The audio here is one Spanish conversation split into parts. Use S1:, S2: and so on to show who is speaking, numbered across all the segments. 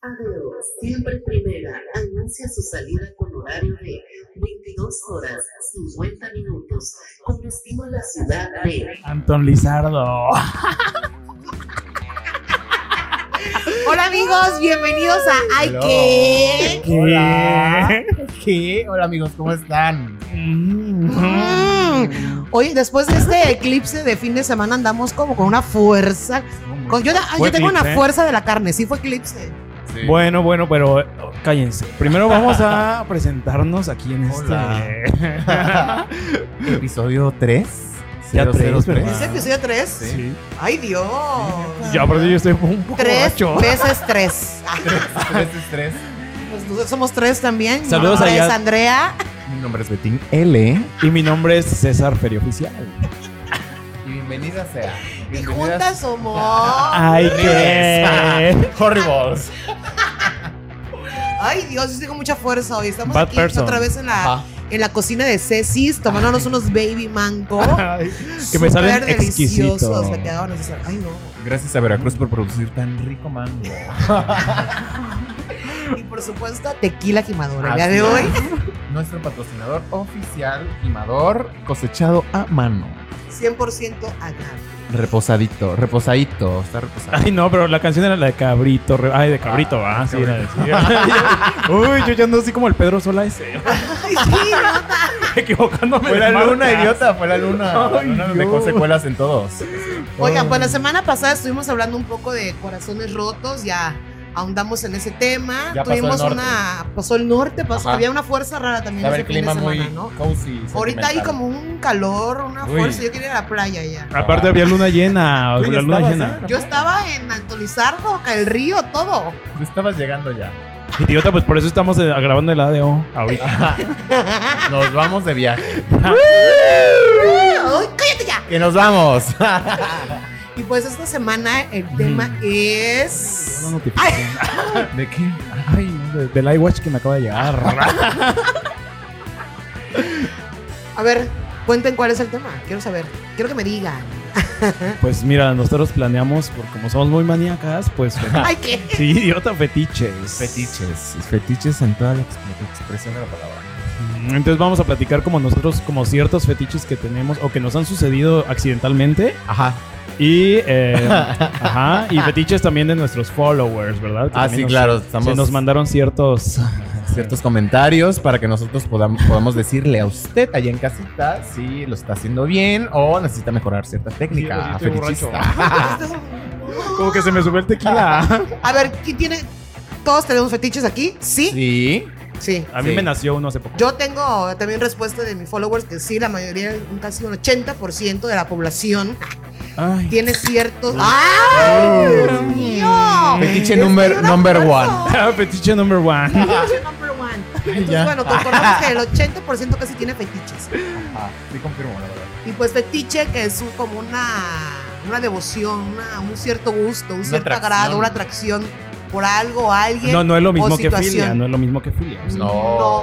S1: ADO, siempre primera, anuncia su salida con horario de 22 horas 50 minutos, con destino a la ciudad de
S2: Anton Lizardo.
S3: Hola amigos, bienvenidos a Ay
S4: Hello.
S3: que.
S2: ¿Qué?
S4: Hola.
S2: ¿Qué? Hola amigos, ¿cómo están?
S3: Mm. Oye, después de este eclipse de fin de semana andamos como con una fuerza. Con- yo, ah, yo
S4: Fue
S3: tengo una
S4: eclipse.
S3: fuerza de la carne, sí fue eclipse.
S4: Sí.
S2: Bueno, bueno, pero eh, cállense. Primero vamos a presentarnos aquí en este
S4: Episodio 3.
S2: Ya tres, ¿verdad?
S3: ¿Es el episodio 3?
S2: Sí.
S3: ¡Ay, Dios!
S2: Ya, pero yo estoy un poco
S3: Tres
S2: borracho.
S3: veces tres. Ah,
S4: 3 es 3.
S3: pues nosotros somos tres también. Mi
S2: Saludos
S3: nombre
S2: allá.
S3: es Andrea.
S4: Mi nombre es Betín L.
S2: Y mi nombre es César Ferio Oficial.
S4: Y bienvenida sea.
S3: Y juntas somos.
S2: Ay,
S4: qué-
S2: Horribles.
S3: Ay, Dios, yo tengo mucha fuerza hoy. Estamos
S2: Bad
S3: aquí
S2: person.
S3: otra vez en la, en la cocina de Ceci's tomándonos unos baby mango.
S2: que me
S3: Súper
S2: salen exquisitos.
S3: deliciosos, me quedaban así, Ay, no.
S4: Gracias a Veracruz por producir tan rico mango.
S3: Y por supuesto, tequila quimadora. El día
S4: Así
S3: de hoy.
S4: es. Nuestro patrocinador oficial, Imador, cosechado a mano.
S3: 100% agave.
S4: Reposadito, reposadito, está reposado.
S2: Ay, no, pero la canción era la de Cabrito. re- Ay, de Cabrito, va. sí, era de- sí. Uy, yo ya ando así como el Pedro Sola ese.
S3: Ay, sí, ¿no?
S2: Equivocándome.
S4: Fue
S2: de
S4: la
S2: marca.
S4: luna, idiota, fue la luna. La
S2: Ay,
S4: luna donde
S2: Dios.
S4: con secuelas en todos.
S3: Oigan, pues la semana pasada estuvimos hablando un poco de corazones rotos, ya ahondamos en ese tema.
S4: Ya pasó el
S3: Tuvimos
S4: norte.
S3: una. Pasó el norte, pasó,
S4: Ajá.
S3: había una fuerza rara también
S4: Estaba
S3: ese
S4: el
S3: fin de
S4: clima muy
S3: semana, ¿no?
S4: cozy.
S3: Ahorita hay
S4: sentimental.
S3: como un calor, una
S4: Uy.
S3: fuerza. Yo quería ir a la playa ya.
S2: Aparte había luna llena.
S4: Tú ya
S2: La luna
S4: estabas,
S2: llena.
S4: ¿eh?
S3: Yo estaba en Alto Lizardo, acá el río, todo.
S4: Tú estabas llegando ya.
S2: Idiota, pues por eso estamos eh, grabando el ADO ahorita.
S4: Nos vamos de viaje.
S3: ¡Ay, cállate ya!
S4: Que nos vamos.
S3: Y pues esta semana el tema es.
S4: ¿De qué?
S2: Ay, no, de- del iWatch que me acaba de llegar.
S3: A ver, cuenten cuál es el tema. Quiero saber. Quiero que me digan.
S2: Pues mira, nosotros planeamos, por como somos muy maníacas, pues. feti-
S3: ¡Ay, qué!
S2: Sí, idiota, fetiches.
S4: Fetiches. Fetiches en toda la exp- expresión de la palabra.
S2: Mm, Entonces vamos a platicar como nosotros, como ciertos fetiches que tenemos o que nos han sucedido accidentalmente.
S4: Ajá.
S2: Y, eh, ajá, y fetiches también de nuestros followers, ¿verdad? Que
S4: Ah,
S2: también
S4: sí,
S2: nos-
S4: claro.
S2: se
S4: Estamos
S2: nos mandaron ciertos.
S4: ciertos comentarios para que nosotros podamos, podamos decirle a usted allá en casita si lo está haciendo bien o necesita mejorar cierta técnica
S2: Sí, lo siento,
S4: fetichista.
S2: Como que se me subió el
S4: Ah,
S2: tequila.
S3: Este A ver, ¿quién tiene. ¿Todos tenemos fetiches aquí? Sí.
S4: Sí.
S3: Sí.
S2: A mí
S4: Sí.
S2: me nació uno hace poco.
S3: Yo tengo también respuesta de mis followers que sí, la mayoría, un casi un 80% de la población
S2: Ay.
S3: tiene ciertos. ¡Ay, Dios mío!
S4: Fetiche
S3: Es que
S4: number-
S3: yo no
S4: number
S3: acuerdo.
S4: one.
S2: Fetiche number one.
S3: Fetiche number one. Entonces,
S4: Ya.
S3: bueno, concordamos que el 80% casi tiene fetiches.
S4: Ajá, Ah, sí confirmo, la verdad.
S3: Y pues fetiche que es un- como una, una devoción, una- un cierto gusto, un cierto
S4: atracción.
S3: agrado, una atracción por algo, alguien.
S2: No, no es lo mismo
S3: o
S2: que filia,
S3: situación.
S2: no es lo mismo que filia.
S3: No.
S4: No.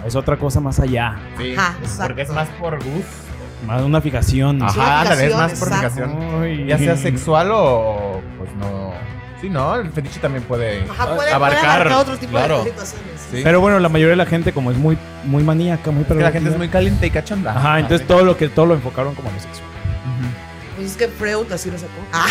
S2: No, es otra cosa más allá,
S4: Sí,
S3: Ajá,
S4: porque es
S3: exacto.
S4: más por gusto.
S2: más una fijación.
S3: Es una
S4: Ajá, tal vez
S3: fijación,
S4: más por
S3: exacto.
S4: fijación.
S2: Ay.
S4: Ya sea sexual o pues no. Sí, no, el fetiche también puede.
S3: Ajá, puede- puede
S4: Abarcar,
S3: abarcar otro tipo
S4: claro.
S3: de situaciones.
S4: Sí.
S2: Pero bueno, la mayoría de la gente como es muy muy maníaca, muy
S4: Es que la gente
S2: pervertida.
S4: es muy caliente y cachonda.
S2: Ajá, entonces todo lo que todo lo enfocaron como a lo sexual.
S3: Pues es que Freud así lo sacó. Ah,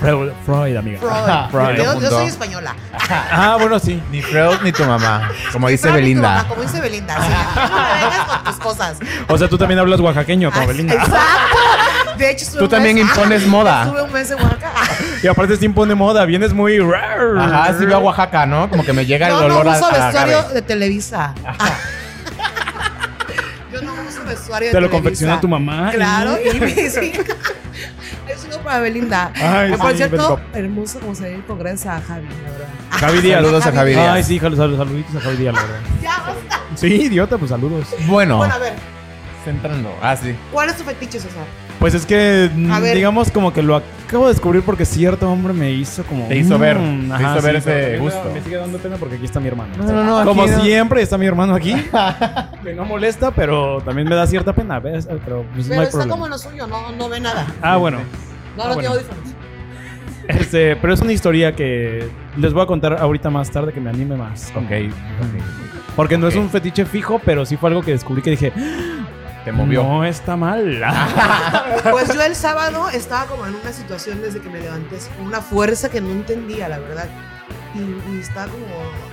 S2: Freud, Freud, amiga.
S3: Freud.
S2: Freud.
S3: Yo, yo
S4: Apuntó.
S3: soy española.
S2: Ah, bueno, sí.
S4: Ni Freud ni tu mamá, como dice
S3: Pero ni tu mamá,
S4: Belinda.
S3: Como dice Belinda. sí. No me vengas con tus cosas.
S2: O sea, tú también hablas oaxaqueño como
S3: Ah,
S2: Belinda.
S3: Exacto. De hecho, estuve
S4: Tú
S3: un
S4: también
S3: mes-
S4: impones moda.
S3: Estuve un mes en Oaxaca.
S2: Y aparte sí impone moda, vienes muy raro.
S4: Ajá, sí veo a Oaxaca, ¿no? Como que me llega el
S3: Yo
S4: olor
S3: no
S4: a,
S3: uso
S4: a
S3: vestuario
S4: agave.
S3: de Televisa. Yo no uso vestuario de Televisa.
S2: Te lo confecciona tu mamá.
S3: Claro, y mis hijas. Es uno para Belinda.
S2: Ay,
S3: Que, por
S2: sí,
S3: cierto,
S2: Belinda.
S3: hermoso como se ve el congreso a Javi, la verdad.
S2: Javi Díaz.
S4: Saludos a Javi
S2: Ay,
S4: Díaz.
S2: sí, jalo- sal- saluditos a Javi Díaz, la verdad.
S3: Ah, Ya, basta.
S2: Sí, idiota, pues saludos.
S4: Bueno,
S3: Bueno, a ver,
S4: centrando. Ah, sí.
S3: ¿cuál es tu fetiche, César?
S2: Pues es que, mm,
S3: A ver.
S2: digamos, como que lo acabo de descubrir porque cierto hombre me hizo como.
S4: Te hizo ver,
S2: mm,
S4: te hizo ver ese
S2: pero me-
S4: gusto.
S2: Me sigue dando pena porque aquí está mi hermano.
S4: No, no, no, aquí
S2: como
S4: no.
S2: siempre está mi hermano aquí. que no molesta, pero también me da cierta pena. ¿ves? Pero, pues, no
S3: Pero
S2: hay
S3: está
S2: problema.
S3: como en lo suyo, no, no ve nada.
S2: Ah, bueno.
S3: No,
S2: Ah,
S3: no tiene
S2: bueno.
S3: audífonos.
S2: Este, pero es una historia que les voy a contar ahorita más tarde que me anime más.
S4: Ok, ok.
S2: Porque no
S4: Ok.
S2: es un fetiche fijo, pero sí fue algo que descubrí que dije,
S4: Te movió. Ah,
S2: no está mal.
S3: Pues yo el sábado estaba como en una situación desde que me levanté, así con una fuerza que no entendía, la verdad. Y, y estaba como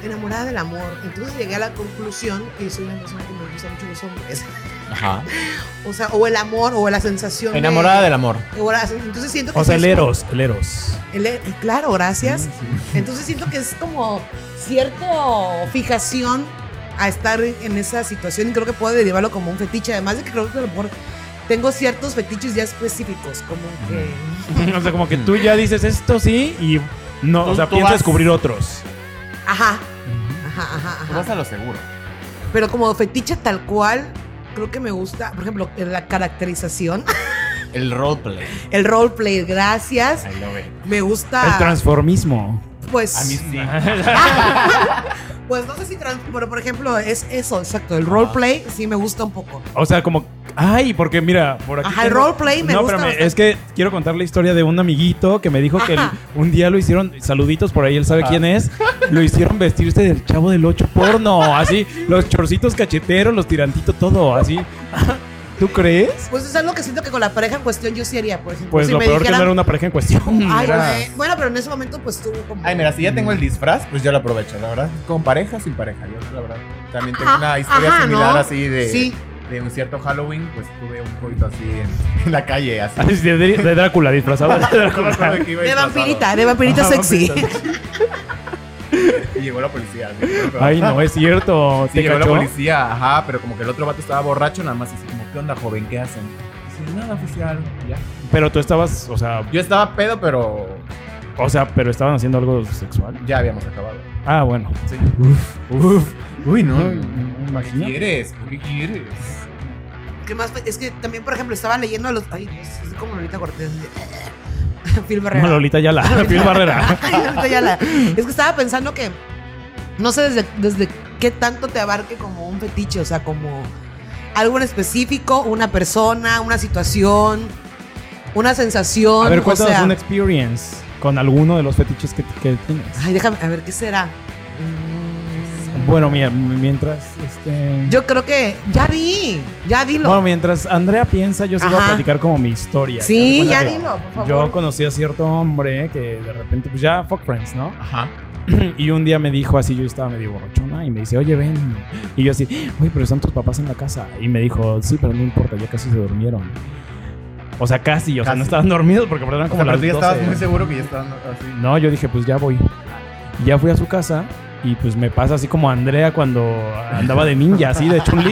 S3: enamorada del amor. Entonces llegué a la conclusión que soy una persona que me gusta mucho los hombres.
S4: Ajá.
S3: Este, O sea, o el amor, o la sensación. de-
S4: Enamorada del amor.
S3: o la- entonces siento que.
S2: O sea, el
S3: sí es-
S2: Eros, el Eros.
S3: el e- y claro, gracias.
S2: Sí, sí.
S3: Entonces siento que es como cierta fijación a estar en esa situación y creo que puedo derivarlo como un fetiche, además de que creo que a lo mejor tengo ciertos fetiches ya específicos, como que...
S2: O sea, como que tú ya dices esto sí y no,
S4: Tú-
S2: o sea,
S4: tú
S2: piensas
S4: vas-
S2: descubrir otros.
S3: Ajá, ajá, ajá,
S4: Tú
S3: ajá.
S4: Vas a lo seguro.
S3: Pero como fetiche tal cual, creo que me gusta, por ejemplo, la caracterización,
S4: El roleplay.
S3: el roleplay, gracias.
S4: I love it.
S3: Me
S2: El
S3: gusta,
S2: transformismo.
S3: pues...
S4: A mí sí.
S3: Pues no sé si trans, pero por ejemplo, es eso, exacto. El roleplay sí me gusta un poco.
S2: O sea, como. Ay, porque mira, por aquí.
S3: Ajá, el roleplay me
S2: No,
S3: gusta
S2: espérame,
S3: bastante.
S2: es que quiero contar la historia de un amiguito que me dijo que el-
S3: Ajá.
S2: un día lo hicieron, saluditos por ahí, él sabe
S4: Ah.
S2: quién es, lo hicieron vestirse del chavo del ocho porno, así, los chorcitos cacheteros, los tirantitos, todo, así. ¿Tú crees?
S3: Pues es algo que siento que con la pareja en cuestión yo sí haría, por ejemplo.
S2: Pues
S3: si
S2: lo
S3: me
S2: peor que no
S3: dijeran,
S2: era una pareja en cuestión.
S3: "Ay,
S4: era-
S3: güey". Bueno, pero en ese momento pues tuvo como...
S4: Ay, mira, si ya
S2: Mm.
S4: tengo el disfraz, pues yo lo aprovecho, la verdad. Con pareja, sin pareja. Yo, la verdad, también tengo
S3: Ajá,
S4: una historia
S3: ajá,
S4: similar
S3: ¿no?
S4: así de,
S3: Sí,
S4: de un cierto Halloween. Pues tuve un coito así en, en la calle, así.
S2: Así de, de Drácula, disfrazado de
S4: No me
S2: Drácula.
S4: acuerdo que iba
S3: de
S4: disfrazado.
S3: vampirita, de vampirita
S2: Ajá,
S3: sexy.
S4: Y llegó la policía. así, ¿no?
S2: Ay, no, es cierto.
S4: Sí,
S2: ¿Te
S4: llegó la
S2: cachó?
S4: policía, ajá, pero como que el otro vato estaba borracho, nada más así como, ¿qué onda, joven? ¿Qué hacen? Dice, nada oficial, ya.
S2: Pero tú estabas, o sea,
S4: Yo estaba pedo, pero
S2: o sea, pero estaban haciendo algo sexual.
S4: ya habíamos acabado.
S2: Ah, bueno.
S4: Sí.
S2: Uf, uf. Uy, no.
S4: ¿Qué
S2: Imagínate.
S4: quieres? ¿Qué quieres?
S3: ¿Qué más? fue? Es que también, por ejemplo, estaba leyendo a los... Ay, Dios, es como Lolita Cortés. Phil Barrera.
S2: No, Lolita ya la piel barrera.
S3: Ay, Lolita Ayala. Es que estaba pensando que... No sé desde, desde qué tanto te abarque como un fetiche, o sea, como algo en específico, una persona, una situación, una sensación.
S2: A ver,
S3: o
S2: cuéntanos
S3: sea,
S2: una experience con alguno de los fetiches que, que tienes.
S3: Ay, déjame, a ver, ¿qué será? Mm,
S2: Bueno, mira, mientras este
S3: Yo creo que ya di, ya dilo.
S2: bueno, mientras Andrea piensa, yo se voy a
S3: Ajá.
S2: platicar como mi historia.
S3: sí,
S2: Haz de
S3: ya
S2: cuenta que
S3: dilo, por favor.
S2: Yo conocí a cierto hombre que de repente, pues ya, fuck friends, ¿no?
S4: Ajá.
S2: Y un día me dijo así, yo estaba medio borrachona y me dice, oye, ven. Y yo así, oye, pero están tus papás en la casa. Y me dijo, sí, pero no importa, ya casi se durmieron. O sea, casi, o sea,
S4: Casi.
S2: no estaban dormidos porque perdón
S4: O
S2: como
S4: sea, pero
S2: las
S4: tú ya
S2: 12.
S4: estabas muy seguro que ya estaban así.
S2: No, yo dije, pues ya voy. Y ya fui a su casa y pues me pasa así como a Andrea cuando andaba de ninja, así de chun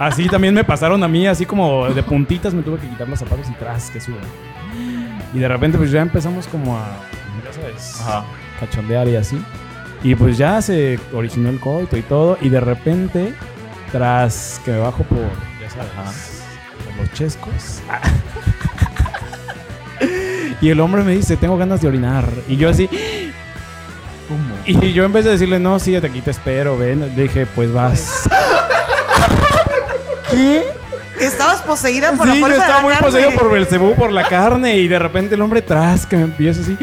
S2: Así también me pasaron a mí, así como de puntitas, me tuve que quitar los zapatos y tras, que sube. Y de repente pues ya empezamos como a, ya sabes,
S4: Ajá.
S2: cachondear y así. Y pues ya se originó el coito y todo. Y de repente, tras que me bajo por, ya sabes,
S4: Ajá.
S2: por los chescos. y el hombre me dice, tengo ganas de orinar. Y yo así,
S4: ¿Cómo?
S2: y yo empecé a decirle, no, sí, aquí te espero, ven. Le dije, pues vas. ¿Qué?
S3: Estabas poseída por
S2: Sí,
S3: la
S2: yo
S3: fuerza
S2: estaba
S3: de
S2: muy
S3: la
S2: poseído
S3: carne.
S2: por Belcebú, por la carne, y de repente el hombre tras que me empieza así.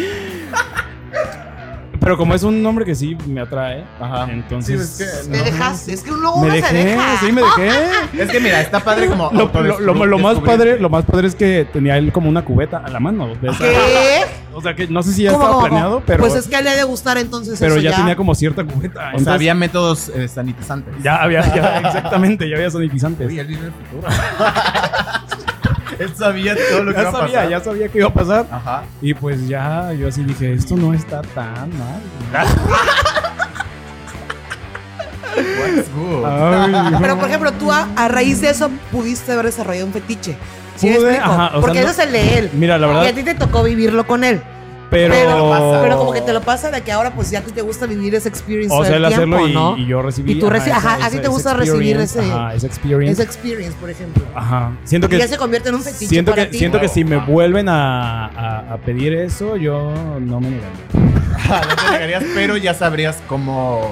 S2: Pero como es un hombre que sí me atrae,
S4: Ajá.
S2: entonces.
S4: Sí, es que
S3: Me
S4: no.
S3: dejaste, es que luego
S2: me
S3: uno se
S2: dejé,
S3: deja.
S2: sí, me dejé.
S4: Es que mira, está padre como.
S2: Lo, lo- lo- lo más
S4: autodescubrir.
S2: padre, lo más padre es que tenía él como una cubeta a la mano. de esa-
S3: ¿Qué?
S2: O sea que no sé si ya
S3: ¿Cómo,
S2: estaba
S3: cómo,
S2: planeado,
S3: cómo?
S2: pero,
S3: Pues es que le ha de gustar entonces
S2: pero
S3: eso
S2: ya,
S3: ya.
S2: tenía como cierta cubeta.
S4: O sea,
S2: entonces-
S4: había métodos eh, sanitizantes.
S2: Ya había, ya, exactamente, ya había sanitizantes.
S4: Uy, él vive en el futuro. él sabía todo lo que
S2: Ya
S4: iba a pasar.
S2: sabía, ya sabía que iba a pasar.
S4: Ajá.
S2: Y pues ya, yo así dije, esto no está tan mal.
S4: What's good?
S2: Ah.
S3: Pero por ejemplo, tú a, a raíz de eso pudiste haber desarrollado un fetiche. ¿Sí me
S2: Pude,
S3: explico?
S2: ajá, o sea,
S3: Porque
S2: no-
S3: eso es el de él.
S2: Mira, la
S3: Y a
S2: verdad,
S3: ti te tocó vivirlo con él.
S2: pero...
S3: Pero, pero como que te lo pasa de que ahora pues ya a ti te gusta vivir ese experience.
S2: O
S3: todo
S2: sea,
S3: el
S2: él
S3: tiempo,
S2: hacerlo y,
S3: ¿no?
S2: y yo recibí...
S3: Y tú reci- ajá, a ti te
S2: esa
S3: gusta recibir
S2: experience,
S3: ese-
S2: Ajá, esa experience.
S3: Ese experience, por ejemplo.
S2: Ajá. Ah, Siento
S3: Y ya
S2: que...
S3: se convierte en un fetiche
S2: Siento
S3: para
S2: que,
S3: ti.
S2: siento que si me
S4: Ajá.
S2: vuelven a, a- a pedir eso, yo no me negaría.
S4: no te negarías, pero ya sabrías cómo,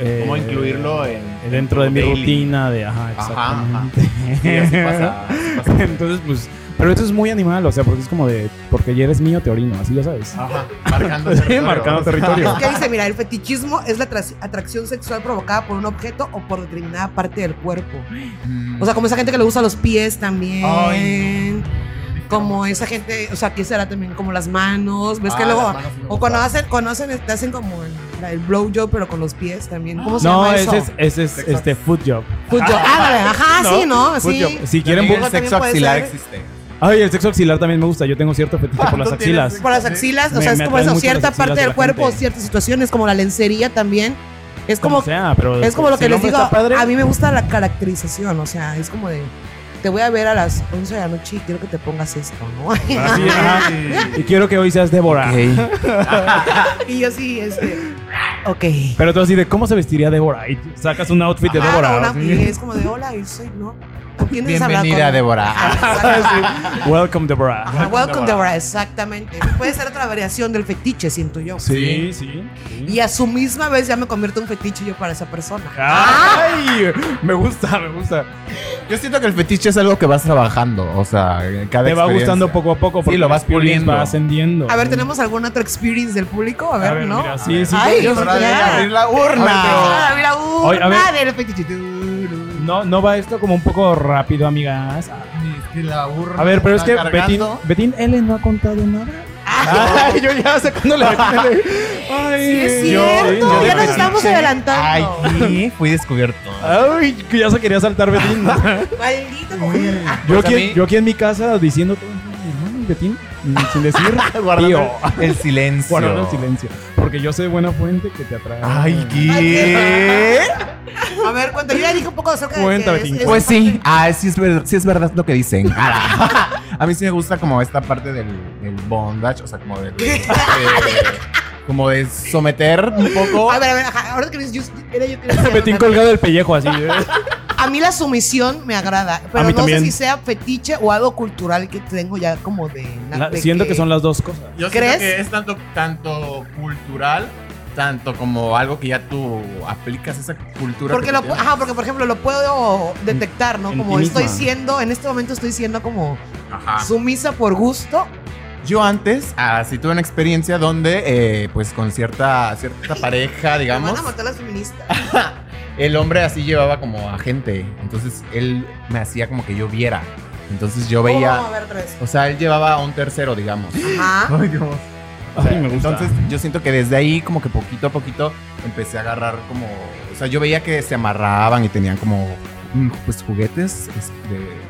S2: Eh,
S4: cómo incluirlo en,
S2: dentro de mi
S4: daily.
S2: rutina de... Ajá,
S4: Ajá, ajá.
S2: exactamente.
S4: Sí, así pasa, así pasa.
S2: Entonces, pues, Pero eso es muy animal, o sea, porque es como de, porque ya eres mío, te orino, así lo sabes.
S4: Ajá, marcando
S2: Sí,
S4: territorio.
S2: marcando territorio.
S3: Es que dice, mira, el fetichismo es la atrac- atracción sexual provocada por un objeto o por determinada parte del cuerpo.
S4: Mm.
S3: O sea, como esa gente que le usa los pies también.
S4: Ay.
S3: Como esa gente, o sea, que será también como las manos. ¿Ves
S4: Ah,
S3: que
S4: las
S3: luego...
S4: manos sí me
S3: O cuando
S4: gustan.
S3: hacen, cuando hacen, te hacen como el, la- el blowjob, pero con los pies también. ¿Cómo se
S2: No,
S3: llama eso?
S2: ese es, ese es
S4: Sexo.
S2: este food job.
S3: Foot job. Ah, vale, ajá, sí, ¿no?
S2: Foot
S3: Ah, Sí.
S2: job. Si quieren,
S4: También
S2: bu-
S4: el sexo
S3: puede
S4: axilar
S3: ser.
S4: existe.
S2: ay, el sexo axilar también me gusta. Yo tengo cierto
S3: Ah,
S2: fetiche por las
S4: ¿Tú tienes
S2: axilas.
S4: sexo?
S3: Por las axilas, o
S2: Me-
S3: sea, es
S2: me
S3: como
S2: atraen
S3: eso,
S2: mucho
S3: cierta
S2: las axilas
S3: parte
S2: de
S3: del
S2: la
S3: cuerpo,
S2: gente.
S3: ciertas situaciones, como la lencería también. Es como,
S2: Como sea, pero
S3: es como lo
S2: si
S3: que
S2: el
S3: les
S2: hombre
S3: digo,
S2: está padre,
S3: a mí me gusta la caracterización, o sea, es como de, te voy a ver a las 11 de la noche y quiero que te pongas esto, ¿no?
S2: así, ajá. Y quiero Ah. que hoy seas Débora.
S3: y yo sí, este, ok.
S2: Pero tú así de cómo se vestiría Débora y sacas un outfit de
S3: Ah,
S2: Débora.
S3: una-
S2: así.
S3: y es como de, hola, yo soy, ¿no? ¿Con quién has hablado
S4: Bienvenida,
S3: con-
S4: Débora.
S3: Ajá,
S2: Welcome Débora.
S3: Ajá, Welcome, Deborah, exactamente. Puede ser otra variación del fetiche, siento yo.
S2: Sí, sí.
S3: Y a su misma vez ya me convierto en fetiche yo para esa persona.
S2: Ah, Ay, me gusta, me gusta.
S4: Yo siento que el fetiche es algo que vas trabajando. O sea,
S3: Ah.
S4: cada
S2: Te va
S4: experiencia.
S2: gustando poco a poco porque
S4: Sí, lo
S2: la
S4: vas
S2: experiencia
S4: puliendo.
S2: va ascendiendo.
S3: A ver, ¿tenemos alguna otra experience del público? A ver, ¿no?
S2: mira, sí, sí.
S3: Ay,
S4: Es hora de
S3: Ya.
S4: abrir la
S3: Ah,
S4: urna.
S3: mira, uh,
S2: Oye, a ver.
S3: nada del fetiche. Tururú.
S2: No, no va esto como un poco rápido, amigas.
S4: Es que la urna
S2: A ver, pero es
S4: está
S2: que Betín,
S4: cargando.
S2: Betín L no ha contado nada. Ay, yo ya sacándole. Ay,
S3: Sí, es
S2: yo-
S3: cierto,
S2: yo de
S3: ya nos
S2: Betín.
S3: estamos adelantando.
S4: Ay, fui descubierto.
S2: Ay, que ya se quería saltar Betín.
S3: Maldita mujer. Ah,
S2: yo,
S4: Pues a
S2: aquí,
S4: Pues mí-
S2: yo aquí en mi casa diciendo todo. "Hermano, y Betín, mm, sin decir tío.
S4: Guardando el silencio.
S2: Guardando el silencio. Porque yo sé de buena fuente que te atrae.
S4: Ay, ¿qué?
S3: A ver, cuéntame. Yo ya dije un poco acerca de
S2: Cuéntame,
S3: que es-
S2: Tim.
S3: es
S4: Pues
S3: parte-
S4: sí, ah, sí, es verdad, sí es verdad lo que dicen. A mí sí me gusta como esta parte del, del bondage, o sea, como de, de- como de someter un poco.
S3: A ver, a ver, ajá, ahora que eres yo, era yo que era-
S2: Betín colgado del pellejo así. ¿eh?
S3: A mí la sumisión me agrada, pero
S2: mí
S3: no
S2: también.
S3: sé si sea fetiche o algo cultural que tengo ya como de...
S2: La-
S3: de
S2: siento que son las dos cosas.
S4: Yo
S3: ¿Crees?
S4: siento que es tanto, tanto cultural, tanto como algo que ya tú aplicas esa cultura.
S3: Porque
S4: que
S3: lo,
S4: tú
S3: pu-
S4: tienes.
S3: ajá, porque por ejemplo lo puedo detectar, ¿no?
S2: en
S3: Como
S2: ti
S3: estoy
S2: misma.
S3: siendo, en este momento estoy siendo como
S4: Ajá.
S3: sumisa por gusto.
S4: Yo antes, así tuve una experiencia donde, eh, pues con cierta, cierta pareja,
S3: Me
S4: digamos.
S3: van a matar las feministas.
S4: el hombre así llevaba como a gente. Entonces él me hacía como que yo viera. Entonces yo
S3: ¿Cómo
S4: veía.
S3: vamos a ver otra vez?
S4: O sea, él llevaba a un tercero, digamos.
S3: Ajá.
S4: O sea,
S2: Ay, me gusta.
S4: Entonces yo siento que desde ahí, como que poquito a poquito, empecé a agarrar como. O sea, yo veía que se amarraban y tenían como. mm, Pues juguetes. es- de-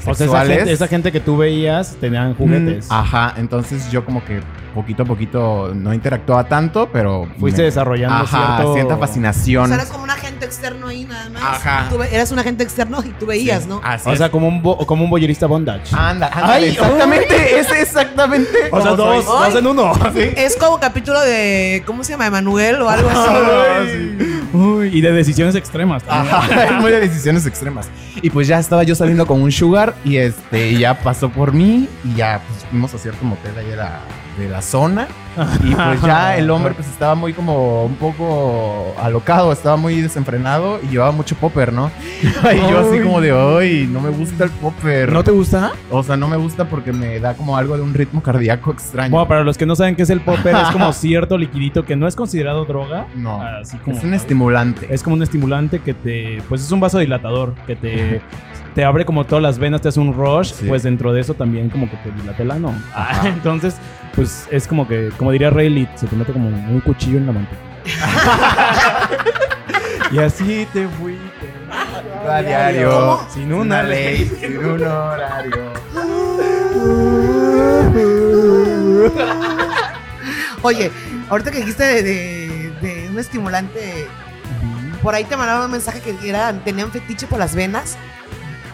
S2: o sea, esa
S4: sexuales.
S2: gente, esa gente que tú veías tenían juguetes.
S4: Mm, Ajá, entonces yo como que poquito a poquito no interactuaba tanto, pero.
S2: Fuiste
S4: me-
S2: desarrollando
S4: Ajá,
S2: cierto...
S4: cierta
S3: O
S4: fascinación.
S3: sea, eras como un agente externo ahí nada más.
S4: Ajá.
S3: Tú ve- eras un agente externo y tú veías,
S4: Sí,
S3: ¿no?
S4: así
S2: O
S4: es.
S2: sea, como un, bo- como un boyerista bondage.
S4: Anda,
S2: Ay,
S4: ándale, exactamente, es exactamente.
S2: o sea,
S4: como
S2: dos,
S4: soy.
S2: dos en uno.
S3: Es como capítulo de, ¿cómo se llama? Emanuel o algo
S2: Ah,
S3: así.
S2: sí. Uy, y de decisiones extremas también.
S4: Ajá, muy de decisiones extremas. Y pues ya estaba yo saliendo con un sugar y este y ya pasó por mí y ya pues, fuimos a cierto motel ahí de la, de la zona y pues ya el hombre pues estaba muy como un poco alocado, estaba muy desenfrenado y llevaba mucho popper, ¿no? Y yo así como de, "Ay, no me gusta el popper."
S2: ¿No te gusta?
S4: o sea, no me gusta porque me da como algo de un ritmo cardíaco extraño.
S2: Bueno, para los que no saben qué es el popper, es como cierto liquidito que no es considerado droga.
S4: no.
S2: Así Ah, como,
S4: Es un estimulante.
S2: es como un estimulante que te... Pues es un vaso dilatador que te... Te abre como todas las venas, te hace un rush,
S4: Sí.
S2: pues dentro de eso también como que te dilata el ano.
S4: Ajá.
S2: Entonces, pues es como que, como diría Rayleigh, se te mete como un cuchillo en la mantequilla. y así te fui.
S4: A diario.
S3: ¿Cómo?
S2: Sin una ley.
S4: sin un horario.
S3: Oye, ahorita que dijiste de, de- de un estimulante, por ahí te mandaron un mensaje que era, tenían fetiche por las venas.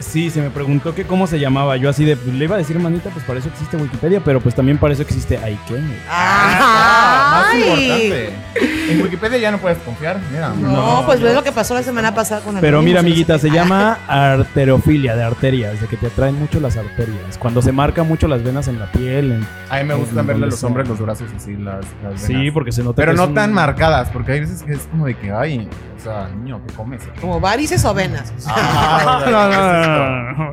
S2: Sí, se me preguntó que cómo se llamaba. Yo así de, pues, le iba a decir manita, pues para eso existe Wikipedia, pero pues también para eso existe Aikene.
S3: Ah,
S4: Ah,
S3: Ay.
S4: Más importante. En Wikipedia ya no puedes confiar. Mira.
S3: No,
S2: No,
S3: pues
S2: no.
S3: ves lo que pasó la semana pasada con
S2: Pero
S3: Anonymous,
S2: mira,
S3: no sé
S2: amiguita,
S3: qué.
S2: se llama arterofilia de arterias, de que te atraen mucho las arterias. Cuando se marcan mucho las venas en la piel. en-
S4: A mí me
S2: No,
S4: gustan verle a
S2: no
S4: los
S2: sé.
S4: hombres los brazos así, las, las
S2: Sí,
S4: venas.
S2: porque se nota
S4: Pero
S2: que es
S4: no
S2: un-
S4: tan marcadas, porque hay veces que es como de que, ay, o sea, niño, ¿qué comes?
S3: Como varices o venas. o sea.
S4: Ah,
S2: No, no, no, no,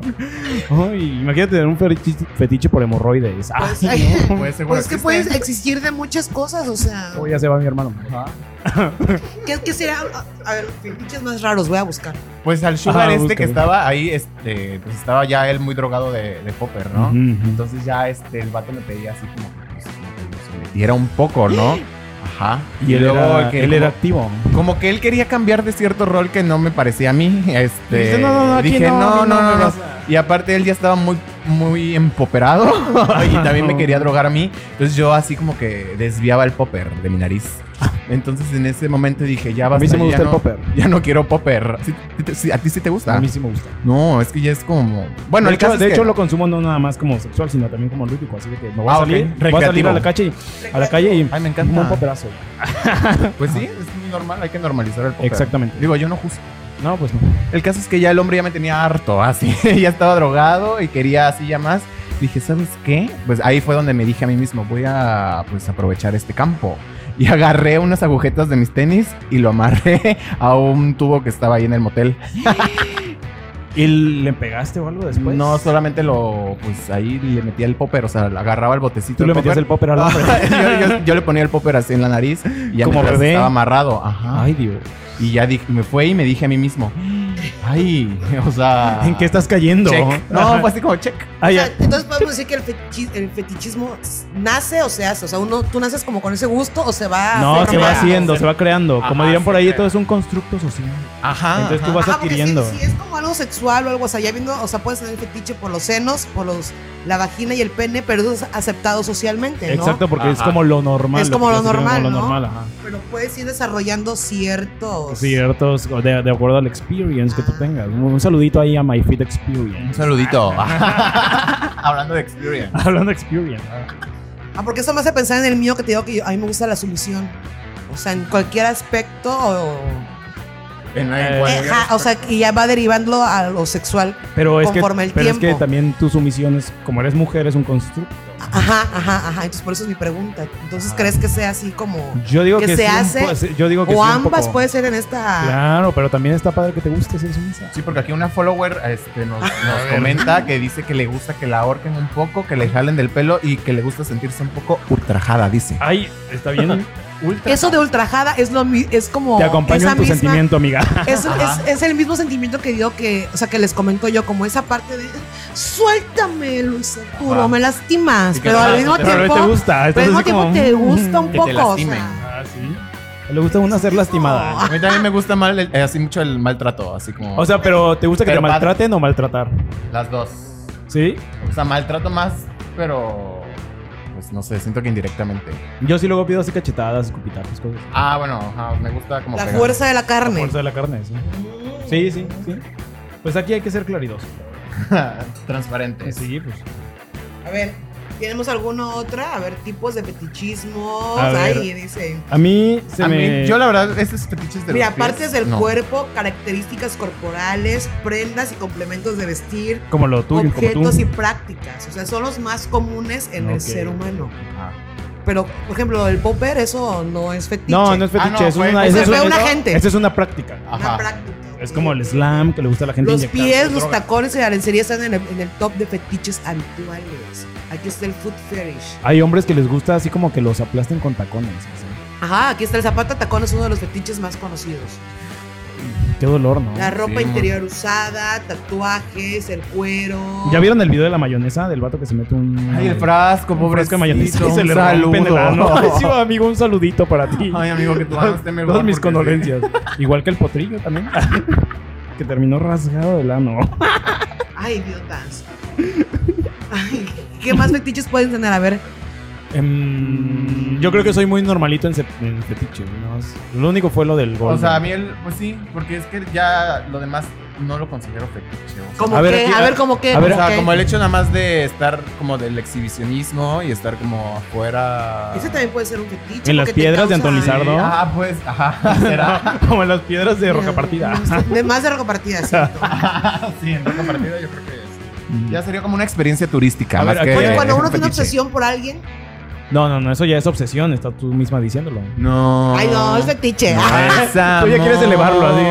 S2: no. Ay, imagínate tener un fetiche, fetiche por hemorroides. Ah, Ay,
S3: Pues, ay,
S4: Puede ser,
S3: pues
S4: bueno,
S3: es que
S4: existe.
S3: puedes existir de muchas cosas, o sea.
S2: oh, ya se va mi hermano.
S4: Ajá.
S3: ¿Qué, qué será? A- A ver, pinches más raros, voy a buscar.
S4: Pues al sugar
S2: Ajá,
S4: este
S2: búscalo.
S4: que estaba ahí, este, pues estaba ya él muy drogado de, de popper, ¿no?
S2: Ujú, ujú.
S4: Entonces ya este, el vato me pedía así como que pues, como que se metiera un poco, ¿no? Ajá.
S2: Y él,
S4: luego
S2: era,
S4: que
S2: él
S4: como-
S2: era activo.
S4: Como que él quería cambiar de cierto rol que no me parecía a mí. Este,
S2: Dice, "No, no, no, aquí
S4: dije,
S2: no,
S4: no, no, no, no".
S2: o sea.
S4: Y aparte él ya estaba muy, muy empoperado y también me quería drogar a mí. Entonces yo así como que desviaba el popper de mi nariz. Entonces en ese momento dije, ya
S2: A
S4: basta.
S2: mí sí me
S4: ya
S2: gusta el
S4: no-
S2: popper.
S4: Ya no quiero popper. Sí, te- sí, ¿A ti sí te gusta?
S2: A mí sí me gusta.
S4: No, es que ya es como... Bueno,
S2: de
S4: el
S2: hecho,
S4: caso
S2: de
S4: es que-
S2: hecho lo consumo no nada más como sexual, sino también como lúdico. Así que me voy a
S4: Ah, ok.
S2: salir, voy a salir
S4: Recreativo.
S2: a la calle, a la calle y
S4: Ay, me
S2: como un
S4: encanta.
S2: poperazo.
S4: Pues sí, es muy normal, hay que normalizar el popper.
S2: Exactamente.
S4: Digo, yo no juzgo.
S2: No, pues no.
S4: El caso es que ya el hombre ya me tenía harto, así. ya estaba drogado y quería así ya más. Dije, ¿sabes qué? Pues ahí fue donde me dije a mí mismo, voy a pues aprovechar este campo. Y agarré unas agujetas de mis tenis y lo amarré a un tubo que estaba ahí en el motel.
S2: ¿Y le pegaste o algo después?
S4: no solamente lo, pues ahí le metía el popper, o sea, le agarraba el botecito.
S2: Tú
S4: del
S2: le metías el
S4: popper. Ah.
S2: popper al hombre.
S4: yo, yo- yo le ponía el popper así en la nariz y ya
S2: Como
S4: mientras
S2: bebé.
S4: estaba amarrado. Ajá.
S2: Ay, Dios.
S4: Y ya di- me fue y me dije a mí mismo, ay, o sea...
S2: ¿En qué estás cayendo?
S4: check. No, pues, fue así como check.
S2: Ah,
S3: O
S2: ya.
S3: sea, entonces podemos decir que el, fetichi- el fetichismo nace o se hace. O sea, uno, tú naces como con ese gusto o se va
S2: No, se va
S4: crea,
S2: haciendo,
S4: se-
S2: se va creando. Como
S4: Ajá,
S2: dirían por
S4: se
S2: ahí,
S4: crea.
S2: todo es un constructo social.
S4: Ajá.
S2: Entonces tú
S4: ajá. Ah,
S2: vas
S3: Ajá, porque
S2: adquiriendo.
S3: Si, si es como algo sexual o algo, o sea, ya viendo, o sea, puedes tener el fetiche por los senos, por los la vagina y el pene, pero eso es aceptado socialmente, ¿no?
S2: Exacto, porque es
S4: Ajá.
S2: como lo normal.
S3: Es como
S2: que
S3: lo
S2: se ve
S3: normal, ¿no?
S2: ajá.
S3: Pero puedes ir desarrollando
S4: Pues
S3: ciertos.
S2: Ciertos, de, de acuerdo al experience que tú
S3: Ah.
S2: tengas. Un, un saludito ahí a My Fit Experience.
S4: Un saludito. Hablando de experience.
S2: Hablando de experience.
S3: Ah, porque eso me hace pensar en el mío que te digo que yo- a mí me gusta la sumisión. O sea, en cualquier aspecto o.
S4: En- en
S2: Eh,
S4: cualquier-
S3: Ajá, o sea, y ya va derivando a lo sexual.
S2: Pero, es que,
S3: Conforme el
S2: pero es que
S3: tiempo.
S2: también tu sumisión es, como eres mujer, es un constructo.
S3: Ajá, ajá, ajá. Entonces, por eso es mi pregunta. Entonces, ¿crees que sea así como.
S2: Yo digo que,
S3: Que se
S2: sí un
S3: hace,
S2: po- sí, yo digo que sí
S3: O
S2: un
S3: ambas
S2: poco.
S3: puede ser en esta.
S2: Claro, pero también está padre que te guste ser sumisa.
S4: Sí, porque aquí una follower este, nos, nos comenta que dice que le gusta que la ahorquen un poco, que le jalen del pelo y que le gusta sentirse un poco ultrajada, dice.
S2: Ay, está bien.
S4: Ultra.
S3: Eso de ultrajada es lo mi- es como
S2: te acompaño
S3: esa
S2: en tu
S3: misma-
S2: sentimiento, amiga.
S3: Es,
S4: Ajá.
S3: es- es el mismo sentimiento que dio que, o sea, que les comento yo, como esa parte de suéltame, Luis
S4: Ajá.
S3: Arturo, me lastimas,
S4: Sí, que
S3: pero
S4: te-
S3: al mismo
S2: Pero a
S3: tiempo,
S2: mí te gusta.
S3: pero
S2: estás
S3: al mismo
S2: así
S3: tiempo
S2: como,
S3: te gusta
S2: "Mm".
S3: un
S4: te
S3: poco, o
S4: lastimen.
S3: sea,
S2: Ah, sí. Le gusta una ser lastimada.
S4: A mí también me gusta mal el- eh, así mucho el maltrato, así como
S2: O sea, pero ¿te gusta que
S4: Pero
S2: te
S4: padre.
S2: maltraten o maltratar?
S4: las dos.
S2: ¿Sí?
S4: O sea, maltrato más, pero pues no sé, siento que indirectamente.
S2: Yo sí luego pido así cachetadas, escupitajos, cosas. así.
S4: Ah, bueno, ajá, me gusta como
S3: la
S4: pegar.
S3: fuerza de la
S2: La
S3: carne.
S2: fuerza de la carne, sí. Sí, sí, sí. Pues aquí hay que ser claridoso.
S4: transparente.
S2: Sí, pues.
S3: A ver, ¿tenemos alguna otra? A ver, tipos de fetichismos.
S2: A ver.
S3: Ahí dice.
S2: A mí se
S4: A mí,
S2: me...
S4: yo la verdad, esos fetiches de
S3: Mira,
S4: los pies,
S3: partes del
S4: no.
S3: cuerpo, características corporales, prendas y complementos de vestir,
S2: Como lo tuyo, como tú.
S3: objetos y prácticas. O sea, son los más comunes en
S2: Ok.
S3: el ser humano.
S4: Ah.
S3: Pero, por ejemplo, el popper, eso no es fetiche.
S2: No, no es fetiche,
S4: Ah, no,
S2: es
S4: fue-
S2: una...
S4: Ese
S2: es
S3: fue
S2: un-
S3: una
S2: eso-
S3: gente.
S2: esa es una práctica.
S3: Una
S4: Ajá.
S3: práctica.
S2: Es
S3: ok.
S2: como el slam que le gusta a la gente
S3: Los
S2: inyectarse
S3: pies, los
S2: droga.
S3: tacones y la lencería están en el, en el top de fetiches habituales. Aquí está el foot fetish.
S2: Hay hombres que les gusta así como que los aplasten con tacones. así.
S3: Ajá, aquí está el zapato tacón, es uno de los fetiches más conocidos.
S2: Qué dolor, ¿no?
S3: La ropa
S4: mon.
S3: interior usada, tatuajes, el cuero.
S2: ¿Ya vieron el video de la mayonesa del vato que se mete un...
S4: Ay, el frasco,
S2: Un frasco
S4: pobrecito.
S2: de mayonesa y se
S4: un
S2: le rompe en el ano. Ay, sí,
S4: saludo.
S2: amigo, un saludito para ti.
S4: Ay, amigo, que tu mano esté mejor.
S2: Todas mis
S4: porque-
S2: condolencias. Igual que el potrillo también. que terminó rasgado del ano.
S3: Ay, idiotas. Ay, ¿Qué más fetiches pueden tener? A ver,
S2: Em, yo creo que soy muy normalito en, se- en fetiche. ¿no? Es- Lo único fue lo del gol.
S4: O sea, a mí, el, pues sí, porque es que ya lo demás no lo considero fetiche. o sea.
S3: ¿cómo
S2: A ver,
S3: qué?
S2: aquí-
S3: a ver, ¿cómo qué?
S2: a ver,
S4: o sea,
S3: ¿Cómo qué?
S4: como el hecho nada más de estar como del exhibicionismo y estar como afuera.
S3: Ese también puede ser un fetiche.
S2: En las
S3: porque te
S2: piedras de Antón
S4: Sí,
S3: causa-
S2: Lizardo.
S4: Ah, pues, ajá, será.
S2: Como en las piedras de roca
S3: No,
S2: partida.
S3: no, no, de más de roca partida, cierto.
S4: sí, en roca partida yo creo que es. Ya sería como una experiencia turística.
S2: A
S4: más
S2: ver,
S4: que
S2: aquí-
S3: Oye, cuando
S4: un
S3: uno tiene
S4: fetiche.
S3: obsesión por alguien,
S2: No, no, no, eso ya es obsesión, está tú misma diciéndolo.
S4: No.
S3: Ay, no, es fetiche.
S4: No
S3: Ah,
S4: es
S2: Tú ya quieres
S4: amor.
S2: elevarlo, así.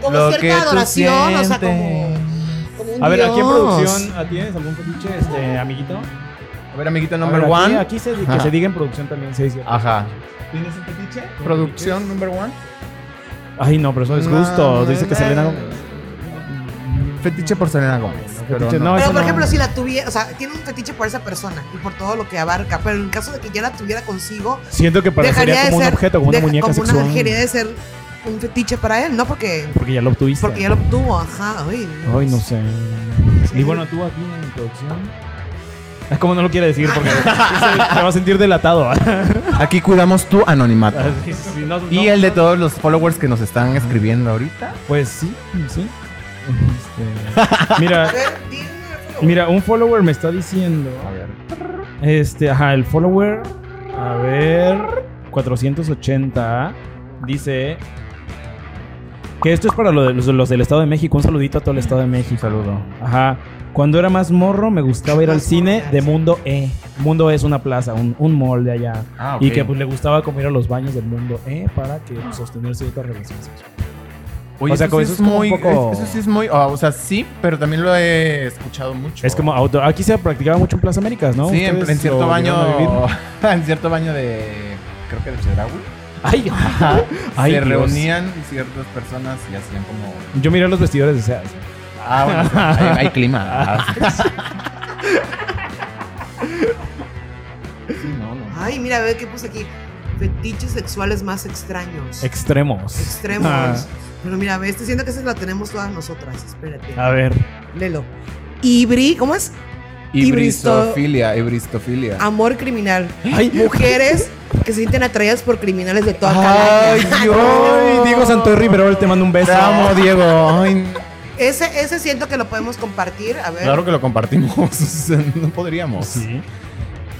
S3: como
S4: Lo que tú
S3: cierta adoración, o sea, como. como un
S2: A ver, aquí en
S3: dios.
S2: producción, ¿ah, ¿tienes algún fetiche, este, amiguito?
S4: A ver, amiguito
S2: A
S4: number
S2: ver, aquí-
S4: one.
S2: Aquí, se, que
S4: Ajá.
S2: se diga en producción también, se dice.
S4: Ajá.
S2: ¿Tienes un fetiche?
S4: Producción number one.
S2: Ay, no, pero eso es gusto.
S4: No,
S2: Dice que
S4: no,
S2: Selena
S4: no.
S2: Gómez.
S4: Fetiche por Selena Gómez. pero
S2: Fetiche, no,
S4: no.
S2: es-
S3: Pero
S2: no.
S3: por ejemplo, si la tuviera, o sea, tiene un fetiche por esa persona y por todo lo que abarca, pero en caso de que ya la tuviera consigo,
S2: Siento que parecería
S3: dejaría de
S2: como un
S3: ser
S2: objeto, como una
S3: deja-
S2: muñeca
S3: como una-
S2: sexual.
S3: dejaría de ser un fetiche para él, no porque
S2: Porque ya lo obtuviste.
S3: porque ya lo obtuvo, ajá, ay,
S2: Ay, no sé. Y bueno, tú aquí en producción. Es como no lo quiere decir porque se, se va a sentir delatado.
S4: Aquí cuidamos tu anonimato.
S2: Así, si no- Ah, no-
S4: Y el de todos los followers que nos están escribiendo ahorita.
S2: Pues sí, sí. Este, mira,
S3: A ver, dime,
S2: mira, un follower me está diciendo.
S4: A ver.
S2: Este, ajá, el follower. A ver. 480 dice. Que esto es para lo de- los, los del Estado de México. Un saludito a todo el Estado de México. saludo. Ajá. Cuando era más morro, me gustaba ir al
S3: Más
S2: cine
S3: morro,
S2: de
S3: sí.
S2: Mundo E. Mundo E es una plaza, un, un mall de allá.
S4: Ah,
S2: Y que pues le gustaba comer a los baños del Mundo E para que pues, sostener ciertas relaciones sexuales.
S4: Oye,
S2: o sea,
S4: eso
S2: como
S4: sí
S2: eso
S4: es
S2: es como
S4: muy.
S2: un poco-
S4: es- Eso sí es muy. ah, o sea, sí, pero también lo he escuchado mucho.
S2: Es como outdoor. Aquí se practicaba mucho en Plaza Américas, ¿no?
S4: Sí, en,
S2: Ustedes
S4: en cierto
S2: lo llegaron a vivir.
S4: baño. En cierto baño de. Creo que de Chedraui.
S2: Ay, Ay,
S4: se
S2: Dios.
S4: reunían ciertas personas y hacían como.
S2: Yo miré los vestidores de Sears.
S4: Ah, bueno, hay, hay clima. Ah. Sí, no, no.
S3: ay, mira, a ver qué puse aquí. Fetiches sexuales más extraños.
S2: Extremos.
S3: extremos.
S2: Ah.
S3: Pero mira, ve, estoy diciendo que esa la tenemos todas nosotras. Espérate.
S2: A ver.
S3: Lelo. Ibri, ¿cómo es?
S4: Ibristofilia, ibristofilia.
S3: Amor criminal.
S2: Ay,
S3: Mujeres que se sienten atraídas por criminales de toda
S4: Ay,
S3: calaña.
S4: Dios.
S2: Ay, Diego Santoy Riverol, te mando un beso.
S4: Te amo, Diego. Ay,
S3: Ese, ese siento que lo podemos compartir. A ver.
S4: claro que lo compartimos. o sea, No podríamos.
S2: Sí.